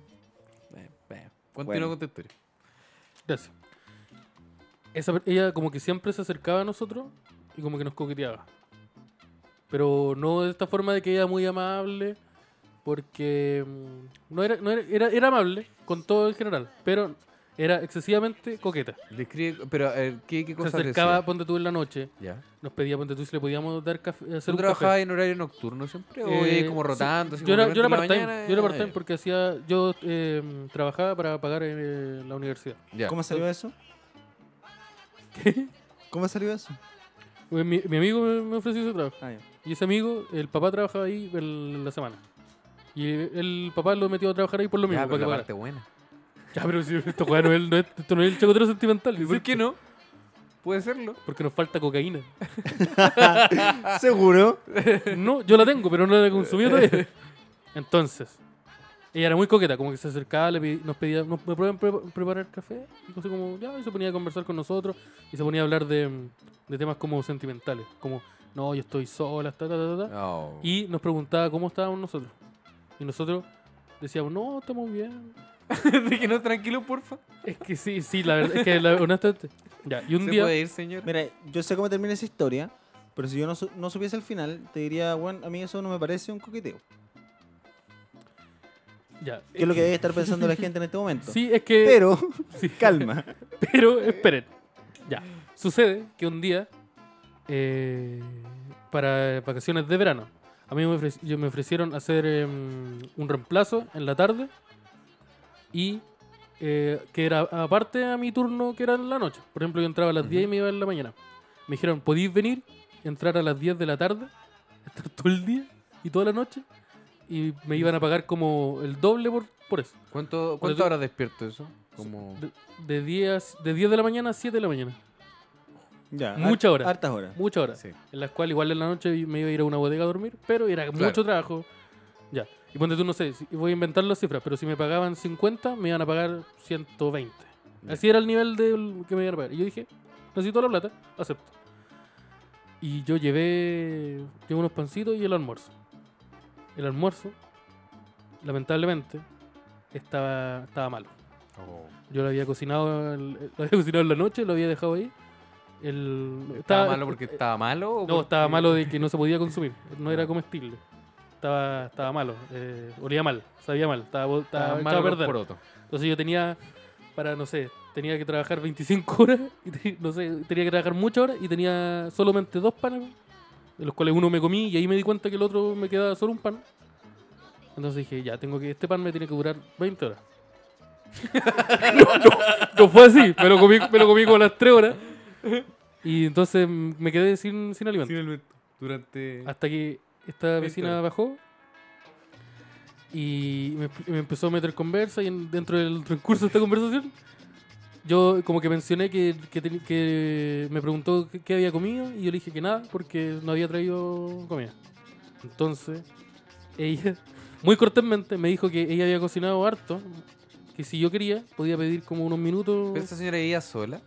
Speaker 3: eh, eh. Continúa
Speaker 4: Bueno.
Speaker 3: con tu historia.
Speaker 2: Gracias. Esa per- ella como que siempre se acercaba a nosotros y como que nos coqueteaba. Pero no de esta forma de que ella muy amable, porque mm, no era, no era, era, era amable con todo en general, pero era excesivamente coqueta.
Speaker 3: Describe, pero eh, ¿qué, qué
Speaker 2: Se
Speaker 3: cosa
Speaker 2: acercaba, ponte tú en la noche,
Speaker 3: Ya.
Speaker 2: nos pedía, ponte tú, si le podíamos dar café, eh, hacer
Speaker 3: ¿Tú
Speaker 2: un café.
Speaker 3: trabajabas en horario nocturno siempre? ¿O
Speaker 2: Eh,
Speaker 3: eh, como
Speaker 2: sí.
Speaker 3: rotando? así
Speaker 2: Yo
Speaker 3: como
Speaker 2: era, yo era
Speaker 3: durante la
Speaker 2: part-time,
Speaker 3: mañana?
Speaker 2: yo era part-time
Speaker 3: Ah,
Speaker 2: porque hacía, yo eh, trabajaba para pagar eh, la universidad.
Speaker 3: ya.
Speaker 4: ¿cómo salió eso? ¿Cómo salió eso?
Speaker 2: Mi, mi amigo me me ofreció ese trabajo.
Speaker 4: Ah, ya.
Speaker 2: Y ese amigo, el papá trabajaba ahí el- la semana. Y el papá lo metió a trabajar ahí por lo mismo.
Speaker 3: Ya,
Speaker 2: para
Speaker 3: pero
Speaker 2: que pagara.
Speaker 3: la parte buena.
Speaker 2: Ya, pero si esto, weá, no es, no es- esto no es el chacotero sentimental.
Speaker 3: ¿Por qué no? Puede serlo.
Speaker 2: Porque nos falta cocaína.
Speaker 4: ¿Seguro?
Speaker 2: No, yo la tengo, pero no la he consumido todavía. Entonces, ella era muy coqueta, como que se acercaba, le pedí- nos pedía, nos, ¿me pueden pre- preparar café? Y cosas como, ya, y se ponía a conversar con nosotros y se ponía a hablar de, mm, de temas como sentimentales, como, no, yo estoy sola, ta, ta, ta, ta, ta.
Speaker 3: No.
Speaker 2: Y nos preguntaba cómo estábamos nosotros. Y nosotros decíamos, no, estamos bien.
Speaker 3: De que no, tranquilo, porfa.
Speaker 2: Es que sí, sí, la verdad, es que la, honestamente. Ya, y un
Speaker 3: ¿Se
Speaker 2: día.
Speaker 3: puede ir, señor?
Speaker 4: Mira, yo sé cómo termina esa historia, pero si yo no, su- no supiese el final, te diría, bueno, a mí eso no me parece un coqueteo.
Speaker 2: Ya.
Speaker 4: Que es lo que debe estar pensando la gente en este momento.
Speaker 2: Sí, es que.
Speaker 4: Pero,
Speaker 2: sí,
Speaker 4: calma.
Speaker 2: pero, esperen. Ya. Sucede que un día, eh, para vacaciones de verano, a mí me, ofreci- yo- me ofrecieron hacer em, un reemplazo en la tarde y eh, que era aparte a mi turno que era en la noche. Por ejemplo, yo entraba a las
Speaker 3: Ujú.
Speaker 2: 10 y me iba en la mañana. Me dijeron, ¿podéis venir, entrar a las 10 de la tarde, estar todo el día y toda la noche? Y me iban a pagar como el doble por, por eso.
Speaker 3: ¿Cuánto,
Speaker 2: Pero
Speaker 3: cuánto
Speaker 2: tú-
Speaker 3: horas despierto eso? Como...
Speaker 2: De, de 10, de 10 de la mañana a 7 de la mañana.
Speaker 4: Ya,
Speaker 2: Muchas
Speaker 4: har-
Speaker 2: horas.
Speaker 4: Hartas horas.
Speaker 2: Muchas horas.
Speaker 3: Sí.
Speaker 2: En las cuales igual en la noche me iba a ir a una bodega a dormir, pero era
Speaker 3: Claro.
Speaker 2: mucho trabajo. Ya. Y ponte tú, no sé, si- voy a inventar las cifras, pero si me pagaban 50, me iban a pagar 120.
Speaker 3: Ya.
Speaker 2: Así era el nivel de que me iban a pagar. Y yo dije, necesito la plata, acepto. Y yo llevé, llevé unos pancitos y el almuerzo. El almuerzo, lamentablemente, estaba, estaba malo.
Speaker 3: Oh.
Speaker 2: Yo lo había cocinado, el- lo había cocinado en la noche, lo había dejado ahí. El,
Speaker 3: ¿Estaba malo porque estaba malo? o
Speaker 2: eh, no, estaba
Speaker 3: porque-
Speaker 2: malo de que no se podía consumir. No era comestible. Estaba, estaba malo. eh, olía mal. Sabía mal. Estaba, bo- estaba,
Speaker 3: Estaba
Speaker 2: echado a
Speaker 3: malo
Speaker 2: perder.
Speaker 3: por otro.
Speaker 2: Entonces yo tenía para, no sé, tenía que trabajar 25 horas. Y te- no sé, tenía que trabajar muchas horas y tenía solamente dos panes, de los cuales uno me comí y ahí me di cuenta que el otro me quedaba solo un pan. Entonces dije, ya, tengo que este pan me tiene que durar 20 horas. no, no, no fue así. Me lo comí, me lo comí como a las 3 horas. Y entonces mm, me quedé sin, sin alimento.
Speaker 3: Durante.
Speaker 2: Hasta que esta vecina
Speaker 3: Héctor.
Speaker 2: bajó y me, me empezó a meter conversa y en- dentro del transcurso de esta conversación yo como que mencioné que, que, teni- que me preguntó qué- qué había comido y yo le dije que nada porque no había traído comida. Entonces ella muy cortésmente me dijo que ella había cocinado harto, que si yo quería podía pedir como unos minutos...
Speaker 3: Pero esta señora vivía sola.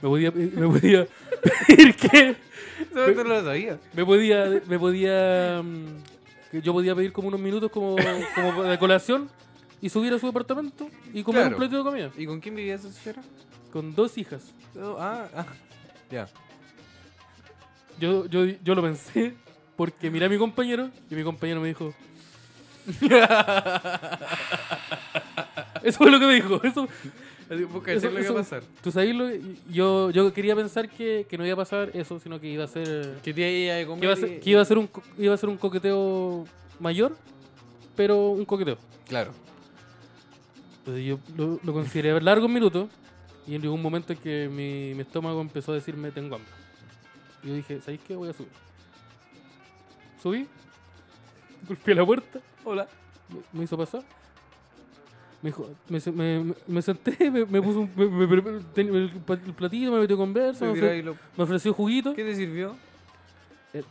Speaker 2: Me podía, pe- me podía pedir que...
Speaker 3: Eso no lo sabía.
Speaker 2: Me podía, me podía, mm, que yo podía pedir como unos minutos como, como de colación y subir a su departamento y comer
Speaker 3: Claro.
Speaker 2: un plato de comida
Speaker 3: ¿Y con quién vivía esa señora?
Speaker 2: con dos hijas.
Speaker 3: No, ah, ah. Ya.
Speaker 2: Yo, yo, yo lo pensé porque miré a mi compañero y mi compañero me dijo. eso fue lo que me dijo. Eso,
Speaker 3: Busca
Speaker 2: eso- eso- Tú sabes lo que- yo, yo quería pensar que, que no iba a pasar eso, sino que iba a ser.
Speaker 3: Que te iba a comer.
Speaker 2: Que iba a ser, que iba a ser un, co- iba a ser un coqueteo mayor, pero un coqueteo.
Speaker 3: Claro.
Speaker 2: Entonces yo lo, lo consideré largos minutos y en un momento en que mi, mi estómago empezó a decirme tengo hambre. Y yo dije, ¿sabéis qué? Voy a subir. Subí, golpeé la puerta,
Speaker 3: Hola.
Speaker 2: me, me hizo pasar. Me, dijo- me, se- me- me- me senté, me, me puso un, me- me- me- ten- el pa- el platillo, me metió conversa, me, ofre- me ofreció juguito.
Speaker 3: ¿Qué te sirvió?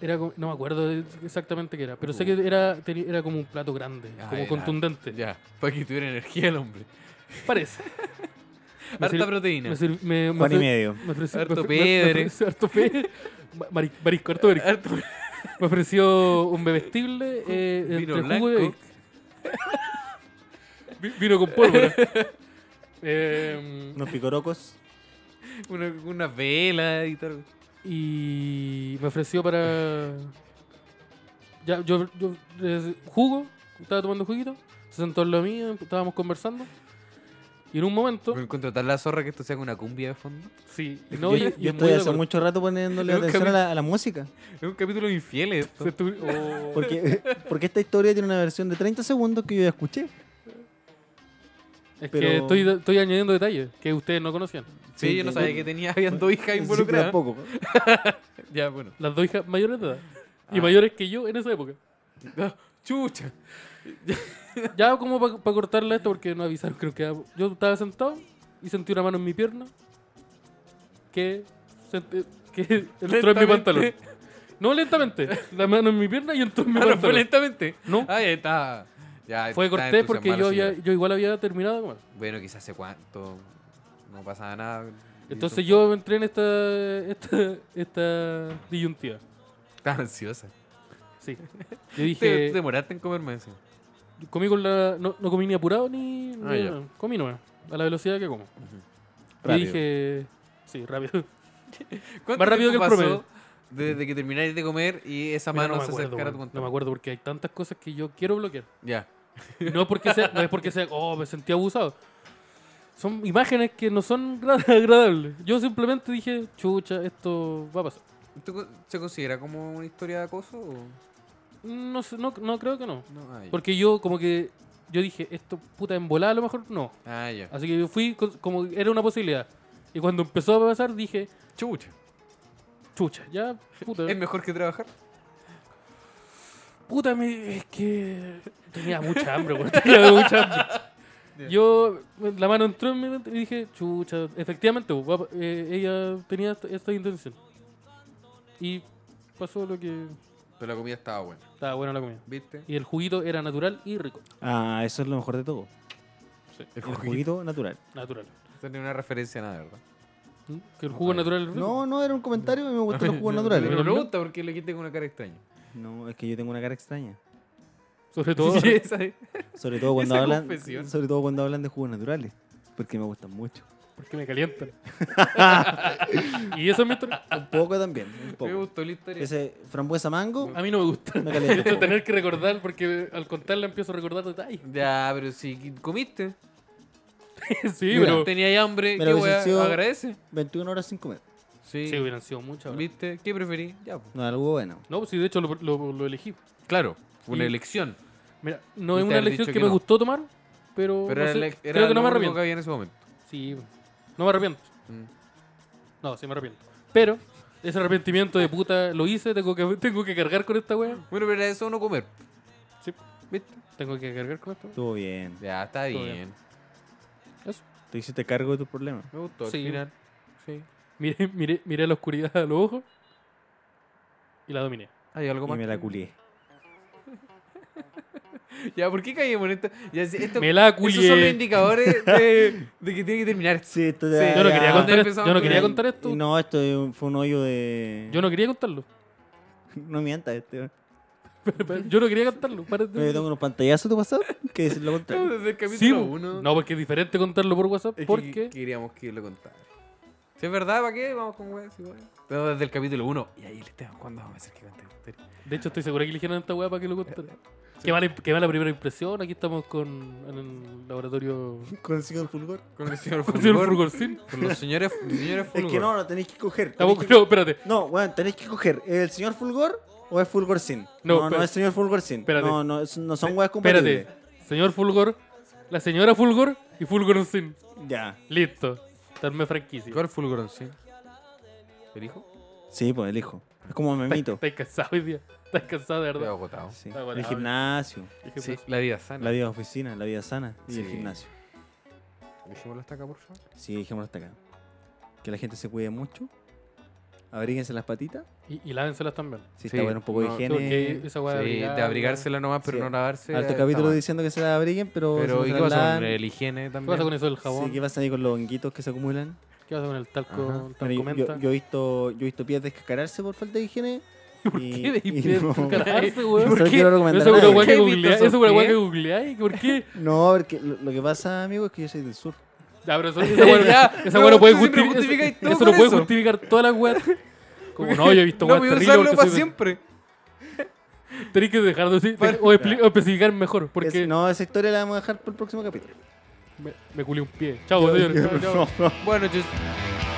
Speaker 2: Era, como- no me acuerdo de- exactamente qué era, pero sé que era, teni- era como un plato grande,
Speaker 3: Uh. Ah,
Speaker 2: como
Speaker 3: era-
Speaker 2: contundente.
Speaker 3: Ya. Para que tuviera energía el hombre.
Speaker 2: Parece. Me
Speaker 3: Harta
Speaker 2: sirvi-
Speaker 3: proteína.
Speaker 2: me sirvi- me- me
Speaker 4: Juan y
Speaker 2: ofre-
Speaker 4: medio.
Speaker 2: Me ofreció,
Speaker 3: Harto
Speaker 2: me ofre-
Speaker 3: pebre.
Speaker 2: me ofreció harto pebre. Ma- mari- marisco, harto marisco.
Speaker 3: Harto
Speaker 2: Me ofreció un bebestible eh,
Speaker 3: Vino
Speaker 2: entre
Speaker 3: blanco.
Speaker 2: jugo y Vi- vino con pólvora. Eh,
Speaker 4: Unos picorocos.
Speaker 3: una, una vela y tal.
Speaker 2: y me ofreció para. Ya, yo, yo eh, jugo, estaba tomando juguito, se sentó en lo mío, estábamos conversando. Y en un momento.
Speaker 3: Con contratar la zorra que esto sea una cumbia de fondo.
Speaker 2: Sí,
Speaker 4: Yo-
Speaker 2: no, y-
Speaker 4: yo
Speaker 2: y es muy
Speaker 4: estoy
Speaker 2: de
Speaker 4: hace
Speaker 2: acuerdo.
Speaker 4: mucho rato poniéndole
Speaker 3: Nunca
Speaker 4: atención
Speaker 3: vi-
Speaker 4: a la, a la música.
Speaker 3: Es un capítulo infiel esto.
Speaker 2: Se estu- oh.
Speaker 4: Porque, porque esta historia tiene una versión de 30 segundos que yo ya escuché.
Speaker 2: Es
Speaker 4: pero-
Speaker 2: que estoy, estoy añadiendo detalles que ustedes no conocían.
Speaker 3: Sí, yo no sabía que tenía, habían dos hijas
Speaker 4: Sí,
Speaker 3: involucradas.
Speaker 4: tampoco.
Speaker 3: ya, bueno.
Speaker 2: Las dos hijas mayores de edad. Y
Speaker 3: Ah.
Speaker 2: mayores que yo en esa época.
Speaker 3: Chucha.
Speaker 2: Ya como para cortarla esto porque no avisaron, creo que era- yo estaba sentado y sentí una mano en mi pierna que, sent- que entró en mi
Speaker 3: Lentamente.
Speaker 2: pantalón. No lentamente, la mano en mi pierna y entró en mi
Speaker 3: Ah, no, fue
Speaker 2: pantalón.
Speaker 3: lentamente.
Speaker 2: No,
Speaker 3: Ahí está. Ya,
Speaker 2: fue
Speaker 3: está
Speaker 2: cortés porque
Speaker 3: entusiasmada
Speaker 2: yo,
Speaker 3: la
Speaker 2: había-
Speaker 3: señora.
Speaker 2: yo igual había terminado de comer.
Speaker 3: Bueno, quizás hace cuánto. No pasaba nada.
Speaker 2: Entonces yo entré en esta, esta, esta disyuntiva.
Speaker 3: Estaba ansiosa.
Speaker 2: Sí. Yo
Speaker 3: Te,
Speaker 2: dije...
Speaker 3: te demoraste en comerme eso.
Speaker 2: Comí con la. No, no comí ni apurado ni.
Speaker 3: Ah,
Speaker 2: ni
Speaker 3: ya.
Speaker 2: nada. Comí nomás, a la velocidad que como. Y
Speaker 4: Rápido.
Speaker 2: dije. Sí, rápido.
Speaker 3: ¿Cuánto
Speaker 2: Más rápido
Speaker 3: tiempo
Speaker 2: que el
Speaker 3: pasó Desde que termináis de comer y esa
Speaker 2: Mira,
Speaker 3: mano
Speaker 2: no, me
Speaker 3: se
Speaker 2: acuerdo,
Speaker 3: acercara a tu
Speaker 2: weón.
Speaker 3: contacto.
Speaker 2: no me acuerdo porque hay tantas cosas que yo quiero bloquear.
Speaker 3: Ya.
Speaker 2: No es porque sea. No es porque sea. Oh, me sentí abusado. Son imágenes que no son gra- agradables. Yo simplemente dije, chucha, esto va a pasar.
Speaker 3: ¿Tú co- se considera como una historia de acoso o
Speaker 2: No, sé, no, no creo que no.
Speaker 3: no? Ah, ya.
Speaker 2: Porque yo, como que. Yo dije, esto puta en volada a lo mejor no.
Speaker 3: Ah, ya.
Speaker 2: Así que yo fui con- como era una posibilidad. Y cuando empezó a pasar dije,
Speaker 3: Chucha.
Speaker 2: chucha, ya, puta.
Speaker 3: ¿Es mejor que trabajar?
Speaker 2: Puta, me, es que tenía mucha hambre, güey. Tenía mucha hambre.
Speaker 1: Ya.
Speaker 2: Yo, la mano entró en mi mente y dije, chucha, efectivamente, pues, guapa, eh, ella tenía esta, esta intención. Y pasó lo que
Speaker 3: Pero la comida estaba buena,
Speaker 2: estaba buena la comida.
Speaker 3: ¿viste?
Speaker 2: Y el juguito era natural y rico.
Speaker 4: Ah, eso es lo mejor de todo.
Speaker 3: El
Speaker 4: El juguito natural.
Speaker 2: Natural.
Speaker 3: Eso ni una referencia a nada, ¿verdad?
Speaker 2: ¿Mm? Que el jugo
Speaker 3: Ah,
Speaker 2: natural es rico.
Speaker 4: No, no, era un comentario y me gustan los jugos
Speaker 3: Pero
Speaker 4: naturales.
Speaker 3: me pregunta porque le quité con una cara extraña.
Speaker 4: No, es que yo tengo una cara extraña.
Speaker 2: Sobre todo.
Speaker 3: Sí, esa es.
Speaker 4: Sobre todo cuando
Speaker 3: Esa
Speaker 4: hablan,
Speaker 3: confesión.
Speaker 4: sobre todo cuando hablan de jugos naturales, porque me gustan mucho.
Speaker 2: Porque me calientan. y eso es mi historia.
Speaker 4: Un poco también, un
Speaker 3: Me
Speaker 4: poco.
Speaker 3: gustó la historia.
Speaker 4: Ese frambuesa mango
Speaker 2: A mí no me gusta.
Speaker 4: me
Speaker 2: De
Speaker 4: calienta.
Speaker 2: hecho,
Speaker 4: un poco.
Speaker 2: tener que recordar porque al contarla empiezo a recordar detalles.
Speaker 3: Ya, pero si comiste,
Speaker 2: sí,
Speaker 4: Mira,
Speaker 2: pero.
Speaker 3: tenías hambre,
Speaker 4: Mira,
Speaker 3: ¿qué
Speaker 4: hubiese
Speaker 3: weá?
Speaker 4: sido-
Speaker 3: Agradece.
Speaker 4: 21 horas sin comer.
Speaker 3: Sí,
Speaker 2: Sí, hubieran sido muchas. horas.
Speaker 3: ¿viste? ¿Qué preferí? Ya, pues.
Speaker 4: No, algo bueno.
Speaker 2: No, pues sí, de hecho lo, lo- lo elegí.
Speaker 3: Claro, fue una
Speaker 2: Y-
Speaker 3: elección.
Speaker 2: Mira, no es
Speaker 3: Y te
Speaker 2: una
Speaker 3: han
Speaker 2: elección
Speaker 3: dicho
Speaker 2: que,
Speaker 3: que
Speaker 2: me
Speaker 3: no.
Speaker 2: gustó tomar, pero.
Speaker 3: Pero
Speaker 2: no
Speaker 3: era,
Speaker 2: sé,
Speaker 3: la- era
Speaker 2: creo que no
Speaker 3: lo
Speaker 2: me
Speaker 3: único que
Speaker 2: arrepiento.
Speaker 3: había en ese momento.
Speaker 2: Sí, no me arrepiento.
Speaker 3: Mm.
Speaker 2: No, sí me arrepiento. Pero ese arrepentimiento de puta lo hice, tengo que, tengo que cargar con esta wea.
Speaker 3: Bueno, pero era eso no comer.
Speaker 2: Sí.
Speaker 3: ¿Viste?
Speaker 2: Tengo que cargar con esta wea.
Speaker 4: Estuvo bien.
Speaker 3: Ya, está
Speaker 2: Todo
Speaker 3: bien.
Speaker 2: bien. Eso.
Speaker 4: Te hiciste cargo de tus problemas.
Speaker 3: Me gustó al
Speaker 2: Sí.
Speaker 3: final. Sí.
Speaker 2: Miré, miré, miré la oscuridad a los ojos y la dominé.
Speaker 3: ¿Hay algo
Speaker 4: Y
Speaker 3: más?
Speaker 4: me la
Speaker 3: que-
Speaker 4: culié.
Speaker 3: Ya, ¿por qué caímos en esto? Ya, si esto-
Speaker 2: Me la
Speaker 3: Esos son los
Speaker 2: culié.
Speaker 3: indicadores de, de que tiene que terminar esto.
Speaker 4: Sí, esto
Speaker 3: Sí.
Speaker 2: Yo no quería
Speaker 3: Ya,
Speaker 2: contar, esto,
Speaker 3: empezamos
Speaker 2: yo no
Speaker 3: con
Speaker 2: quería
Speaker 3: el-
Speaker 2: contar esto.
Speaker 4: Eh, Y No, esto es un- fue un hoyo de.
Speaker 2: Yo no quería contarlo.
Speaker 4: No mientas, este.
Speaker 2: Yo no quería contarlo. párate.
Speaker 4: Yo tengo unos pantallazos de WhatsApp que dicen lo
Speaker 3: Estamos
Speaker 4: contrario.
Speaker 3: desde el
Speaker 2: Sí,
Speaker 3: capítulo
Speaker 2: bo.
Speaker 3: 1.
Speaker 2: no, porque es diferente contarlo por WhatsApp.
Speaker 3: porque
Speaker 2: Porque
Speaker 3: queríamos que lo contara. Si es verdad, ¿para qué? Vamos con weas. igual. Pero desde el capítulo 1. Y ahí le estamos. ¿Cuándo vamos a hacer que cuente la historia?
Speaker 2: de hecho estoy seguro que eligieron esta weá para que lo
Speaker 4: Eh,
Speaker 2: contara. Qué mala, qué mala primera impresión. Aquí estamos con en el laboratorio
Speaker 4: Con el señor Fulgor.
Speaker 3: Con el señor
Speaker 2: con el señor
Speaker 3: Fulgor.
Speaker 2: Fulgorcín.
Speaker 3: Con los señores, los señores
Speaker 4: Es
Speaker 3: Fulgor.
Speaker 4: que no, lo tenéis que coger.
Speaker 2: Estamos-
Speaker 4: Tenéis que-
Speaker 2: No, espérate.
Speaker 4: No, bueno, tenéis que coger. ¿El señor Fulgor o es Fulgor Sin?
Speaker 2: No,
Speaker 4: No, no,
Speaker 2: espérate.
Speaker 4: es señor Fulgor Sin.
Speaker 2: Espérate.
Speaker 4: No, no, es- no son weas compatibles.
Speaker 2: Espérate. Señor Fulgor, la señora Fulgor y Fulgorcín.
Speaker 4: Ya.
Speaker 2: Listo. Estarme franquicia.
Speaker 3: ¿Cuál Fulgor, sí? ¿El hijo?
Speaker 4: Sí, pues el hijo. Es como memito.
Speaker 2: Estás cansado hoy día. Estás cansado de
Speaker 3: Estoy
Speaker 2: verdad.
Speaker 3: agotado.
Speaker 4: Sí.
Speaker 2: Está bueno,
Speaker 3: ah,
Speaker 4: El
Speaker 2: a ver.
Speaker 4: gimnasio.
Speaker 2: Dije,
Speaker 3: Sí,
Speaker 2: pues,
Speaker 3: la vida sana.
Speaker 4: La vida de oficina, la vida sana y el
Speaker 3: Sí.
Speaker 4: gimnasio.
Speaker 3: Dejémoslo hasta acá, por favor.
Speaker 4: Sí, dejémoslo hasta acá. Que la gente se cuide mucho. Abríguense las patitas.
Speaker 2: Y, y lávenselas también.
Speaker 3: Sí,
Speaker 4: Si está bueno un poco
Speaker 3: no,
Speaker 4: de
Speaker 2: Porque
Speaker 4: higiene.
Speaker 2: esa weá
Speaker 3: Sí, de abrigársela nomás, pero
Speaker 4: Sí.
Speaker 3: no lavarse.
Speaker 4: Alto
Speaker 3: está
Speaker 4: capítulo
Speaker 3: mal.
Speaker 4: diciendo que se la abriguen, pero.
Speaker 3: Pero,
Speaker 4: se
Speaker 3: ¿y
Speaker 4: la
Speaker 3: qué pasa con
Speaker 4: lavan.
Speaker 3: el higiene
Speaker 2: ¿Qué
Speaker 3: también?
Speaker 2: pasa con eso del jabón?
Speaker 4: Sí, ¿qué pasa ahí con los honguitos que se acumulan?
Speaker 2: ¿Qué pasa con el talco?
Speaker 3: Ajá.
Speaker 2: el talco
Speaker 4: Mira, yo-
Speaker 2: menta?
Speaker 4: yo, yo he visto, yo he visto pies descascararse por falta de higiene.
Speaker 2: ¿Por
Speaker 4: y-
Speaker 2: qué
Speaker 4: y
Speaker 2: de
Speaker 4: no-
Speaker 2: descargarse,
Speaker 4: Yo
Speaker 2: weón?
Speaker 4: solo quiero recomendar
Speaker 2: Eso
Speaker 4: a
Speaker 2: es una
Speaker 4: nadie.
Speaker 2: weá que
Speaker 3: ¿Qué he visto
Speaker 2: googleáis. Eso
Speaker 3: esos
Speaker 2: es una weá que
Speaker 3: pies?
Speaker 2: googleáis. ¿Por qué?
Speaker 4: No, porque lo, lo que pasa, amigo, es que yo soy del sur.
Speaker 2: Ya, pero eso, esa weá
Speaker 3: Ya,
Speaker 2: esa
Speaker 3: pero
Speaker 2: weá no puede
Speaker 3: tú siempre
Speaker 2: justificar. Eso,
Speaker 3: justificáis todo
Speaker 2: eso no
Speaker 3: con
Speaker 2: puede
Speaker 3: eso.
Speaker 2: justificar todas las weas. Como no, yo he visto
Speaker 3: No
Speaker 2: weas
Speaker 3: pues, voy a
Speaker 2: terribles
Speaker 3: usarlo
Speaker 2: porque
Speaker 3: para
Speaker 2: soy de-
Speaker 3: siempre.
Speaker 2: tenéis que dejar de decir. O, expli- o especificar mejor. Porque
Speaker 4: Es- no, esa historia la vamos a dejar para el próximo capítulo.
Speaker 2: me, me culé un pie. Chao, señores. Chao, chao.
Speaker 3: Bueno, yo...